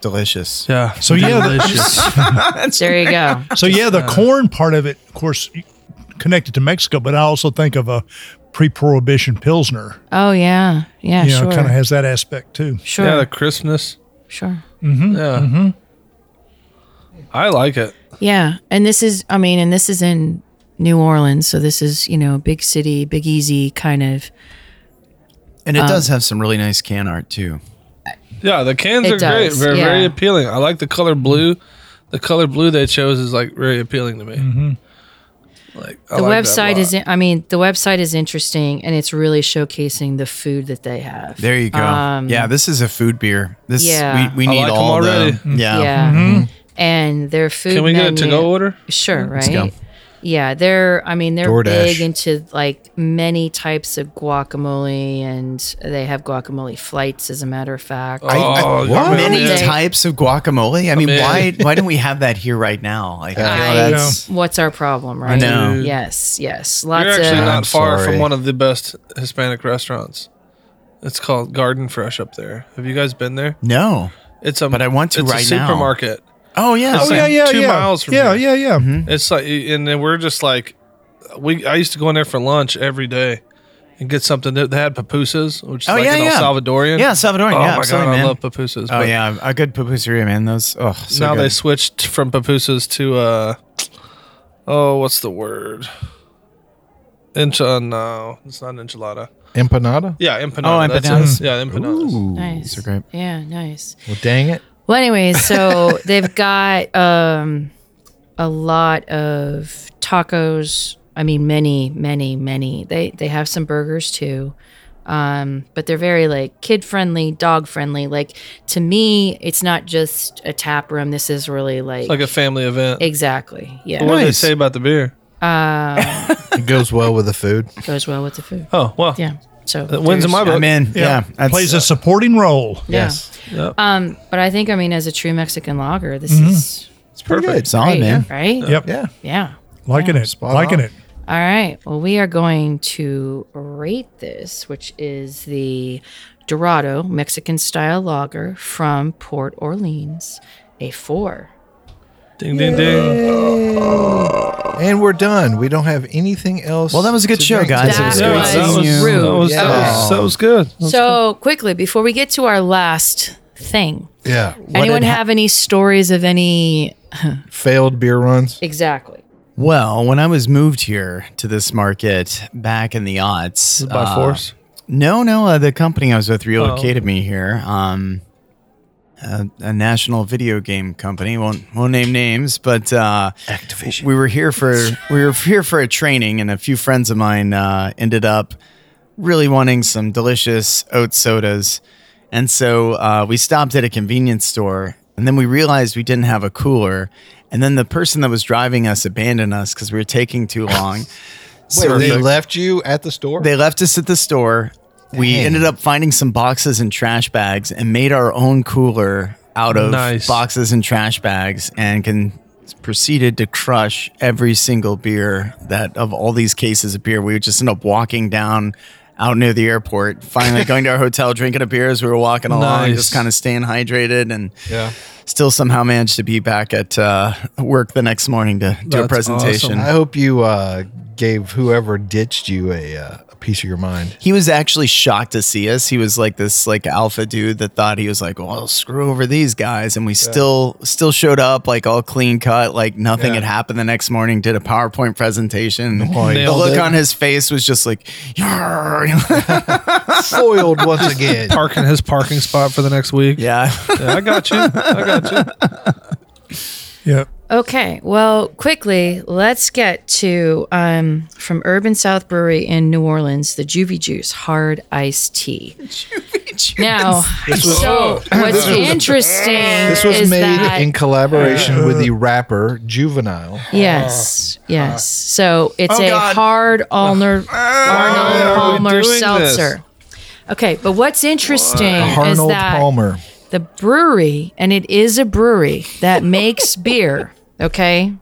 S5: delicious.
S4: Yeah.
S6: Hmm. So yeah,
S4: Delicious.
S3: fried- There you go.
S6: So yeah, the corn part of it, of course, connected to Mexico, but I also think of a pre-prohibition pilsner.
S3: Oh yeah, yeah,
S6: You know,
S3: sure,
S6: kind of has that aspect too.
S3: sure,
S4: yeah, the crispness.
S3: sure.
S6: Hmm?
S4: Yeah.
S6: Mm-hmm.
S4: I like it.
S3: Yeah, and this is, I mean, and this is in New Orleans, so this is you know big city, big easy kind of.
S5: And it
S3: Um,
S5: does have some really nice can art too.
S4: Yeah, the cans
S3: It
S4: are great.
S3: does,
S4: Very, very
S3: yeah.
S4: appealing. I like the color blue. The color blue they chose is like very appealing to me.
S5: Mm-hmm.
S4: Like I
S3: the
S4: like that a
S3: website
S4: lot.
S3: is i mean the website is interesting and it's really showcasing the food that they have
S5: There you go.
S3: Um,
S5: yeah, this is a food beer. This
S3: yeah.
S5: we, we
S4: I
S5: need
S4: like 'em
S5: all
S4: already.
S5: the yeah.
S3: yeah and their food
S4: Mm-hmm. Can we get a
S3: menu-
S4: to go order?
S3: sure right
S5: go.
S3: yeah they're i mean they're
S2: DoorDash.
S3: big into like many types of guacamole and they have guacamole flights as a matter of fact
S4: I- Oh,
S2: what?
S4: I'm in.
S5: Many
S3: Yeah.
S5: types of guacamole. I mean,
S4: in.
S5: why why don't we have that here right now? Like, I feel
S3: I-
S5: that's-
S3: what's our problem right
S5: know.
S3: yes yes lots
S4: You're actually
S3: of
S4: not
S2: I'm
S4: far
S2: sorry.
S4: from one of the best Hispanic restaurants. It's called Garden Fresh up there. Have you guys been there?
S5: no.
S4: It's a
S5: But I want to
S4: it's
S5: right
S4: a
S5: now.
S4: supermarket.
S5: Oh yeah.
S4: It's
S5: okay.
S4: like two miles from
S6: yeah,
S4: here.
S6: yeah, yeah,
S4: It's like, and then we're just like, we. I used to go in there for lunch every day, and and get something that they had pupusas, which is
S5: Oh,
S4: like
S5: yeah,
S4: an El
S5: yeah.
S4: Salvadorian.
S5: Yeah, Salvadorian,
S4: Oh
S5: yeah,
S4: my
S5: absolutely,
S4: god, I
S5: man.
S4: love pupusas.
S5: Oh
S4: but
S5: yeah, a good pupuseria, man. Those oh, so
S4: now
S5: good.
S4: they switched from pupusas to uh oh, what's the word? Enchilada. no, it's not an enchilada.
S2: Empanada?
S4: Yeah, empanada. that's it.
S5: Oh, empanadas.
S4: Yeah, empanadas.
S3: Nice.
S5: are great.
S3: Yeah, nice.
S2: Well, dang it.
S3: Well, anyway, so they've got um, a lot of tacos. I mean, many, many, many. They they have some burgers too, um, but they're very like kid friendly, dog friendly. Like to me, it's not just a tap room. This is really like,
S4: Like a family event.
S3: exactly yeah.
S4: What do they
S5: Nice.
S4: say about the beer?
S2: It goes well with the food.
S3: goes well with the food.
S4: Oh well.
S3: Yeah. So
S4: It wins in my book.
S5: I'm in. Yeah, that's-
S6: plays a supporting role.
S3: yeah.
S5: yes.
S3: Um, but I think I mean, as a true Mexican lager, this is
S2: It's pretty
S5: It's solid,
S3: great,
S5: man.
S3: right?
S6: Yep.
S2: Yeah.
S3: Yeah.
S6: Liking it.
S2: Spot
S6: Liking
S2: on.
S6: it.
S3: All right. Well, we are going to rate this, which is the Dorado Mexican style lager from Port Orleans, a four.
S4: Ding ding ding.
S2: And we're done. We don't have anything else.
S5: Well, that was a good
S2: to
S5: show,
S2: drink
S5: guys.
S2: today.
S5: It was
S3: That
S5: good
S3: was
S5: seeing you.
S3: rude.
S4: That was,
S2: Yeah.
S4: that was, that was good.
S3: So, quickly, before we get to our last thing,
S2: Yeah.
S3: anyone
S5: did ha-
S3: have any stories of any?
S2: Failed beer runs.
S3: Exactly.
S5: Well, when I was moved here to this market back in the aughts,
S4: By
S5: uh,
S4: force.
S5: No, no. Uh, the company I was with
S2: Oh.
S5: relocated me here. Um, a, a national video game company won't won't name names, but uh, Activision. We were here for we were here for a training, and a few friends of mine uh, ended up really wanting some delicious oat sodas, and so uh, we stopped at a convenience store, and then we realized we didn't have a cooler, and then the person that was driving us abandoned us because we were taking too long.
S2: Wait,
S5: So
S2: they
S5: the-
S2: left you at the store?
S5: they left us at the store. We
S2: Dang.
S5: ended up finding some boxes and trash bags and made our own cooler out of
S4: Nice.
S5: boxes and trash bags and can proceeded to crush every single beer that of all these cases of beer. We would just end up walking down out near the airport, finally going to our hotel, drinking a beer as we were walking along,
S4: Nice.
S5: just kind of staying hydrated and
S2: yeah.
S5: still somehow managed to be back at uh, work the next morning to do a
S4: That's
S5: presentation.
S4: awesome.
S2: I hope you uh, gave whoever ditched you a, uh, a piece of your mind.
S5: he was actually shocked to see us. He was like this like alpha dude that thought he was like, well, I'll screw over these guys. And we still still showed up like all clean cut, like nothing had happened the next morning, did a PowerPoint presentation. the
S4: Nailed
S5: look
S4: it.
S5: on his face was just like, "Yarr."
S2: Foiled once again.
S4: Parking his parking spot for the next week.
S5: yeah.
S4: Yeah, I got you. I got you.
S6: Yeah.
S3: Okay. Well, quickly, let's get to um, from Urban South Brewery in New Orleans, the Juvie Juice hard iced tea. Now, so what's interesting
S2: This was
S3: is
S2: made
S3: that,
S2: in collaboration with the rapper Juvenile.
S3: yes, yes. So it's
S5: Oh,
S3: a
S5: God.
S3: hard Arnold, Arnold
S4: are we
S3: Palmer
S4: doing this?
S3: seltzer. Okay, but what's interesting is
S2: Arnold
S3: that
S2: Palmer.
S3: the brewery, and it is a brewery that makes beer. Okay,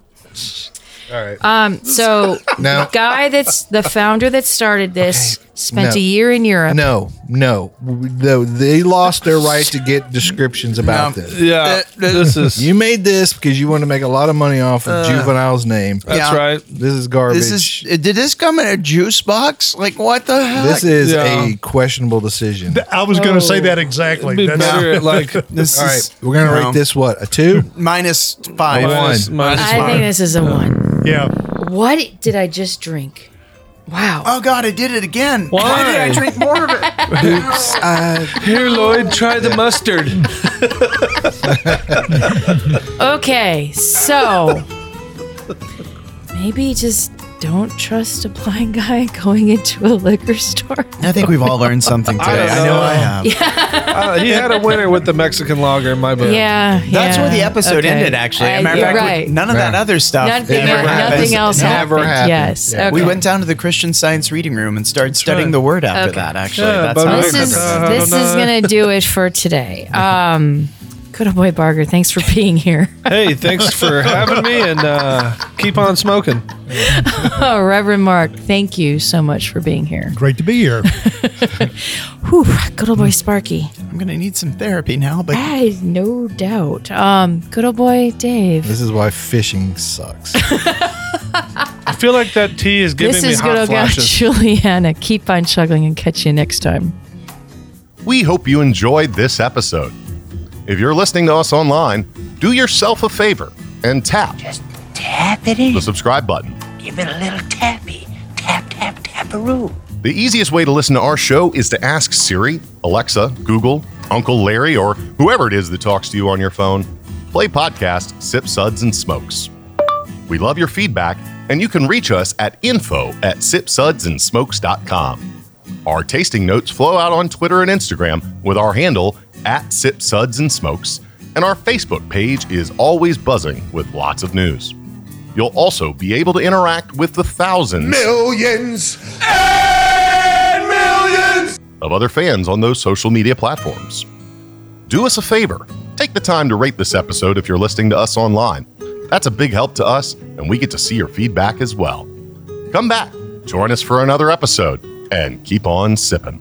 S2: All right.
S3: um, so
S2: Now-
S3: the guy that's the founder that started this spent
S2: no.
S3: a year in Europe.
S2: no, no. The, they lost their right to get descriptions about this.
S4: Yeah. This is
S2: You made this because you want to make a lot of money off of Juvenile's name.
S4: that's
S5: Yeah.
S4: right.
S2: This is garbage.
S5: This is did this come in a juice box? Like what the hell?
S2: This is
S4: Yeah.
S2: a questionable decision.
S6: I was going to say
S3: Oh.
S6: that exactly.
S4: Be
S6: That's-
S4: better at like
S5: this
S2: All
S5: is
S2: right, we're gonna rate this what a two?
S5: minus five.
S4: minus-
S2: one.
S4: minus
S3: I think this is a one.
S6: yeah.
S3: What did I just drink? Wow.
S5: Oh god, I did it again.
S4: Why?
S5: did I drink more of it?
S4: Here, Lloyd, try the mustard.
S3: Okay, so maybe just don't trust a blind guy going into a liquor store.
S5: I think we've all learned something today.
S4: don't
S5: I know
S4: know.
S5: I have.
S4: Uh, he had a winner with the Mexican lager in my book.
S3: Yeah,
S5: That's
S3: yeah,
S5: where the episode
S3: okay.
S5: ended, actually. As
S3: I-
S5: a matter of
S3: you're
S5: fact, we-
S3: right.
S5: none of that
S2: Yeah.
S5: other stuff.
S3: nothing,
S5: ever happened.
S3: nothing else
S2: Never
S3: happened.
S2: happened.
S3: Yes.
S2: Yeah.
S5: We
S3: okay.
S5: went down to the Christian Science reading room and started studying
S4: right.
S5: the word after
S3: Okay.
S5: that. Actually,
S4: Yeah,
S5: that's how I
S4: but
S3: this is
S5: remember that.
S4: Uh,
S3: this is
S4: I don't know.
S3: gonna do it for today. Um, good old boy Barger, thanks for being here.
S4: Hey, thanks for having me and uh, keep on smoking.
S3: Oh, Reverend Mark, thank you so much for being here.
S6: Great to be here.
S3: Whew, good old boy Sparky.
S5: I'm gonna need some therapy now, but
S3: I no doubt. Um, good old boy Dave.
S2: This is why fishing sucks.
S4: feel like that tea is giving
S3: this
S4: me
S3: is good
S4: hot
S3: old gal
S4: flashes.
S3: Juliana. Keep on chugging and catch you next time.
S7: We hope you enjoyed this episode. If you're listening to us online, do yourself a favor and tap
S8: Tap it in.
S7: the subscribe button.
S8: Give it a little tappy. Tap, tap, taparoo.
S7: The easiest way to listen to our show is to ask Siri, Alexa, Google, Uncle Larry, or whoever it is that talks to you on your phone. Play podcast, sip suds, and smokes. We love your feedback, and you can reach us at info at sipsudsandsmokes.com. Our tasting notes flow out on Twitter and Instagram with our handle at sipsudsandsmokes, and our Facebook page is always buzzing with lots of news. You'll also be able to interact with the thousands of other fans on those social media platforms. Do us a favor take the time to rate this episode if you're listening to us online. That's a big help to us, and we get to see your feedback as well. Come back, join us for another episode, and keep on sipping.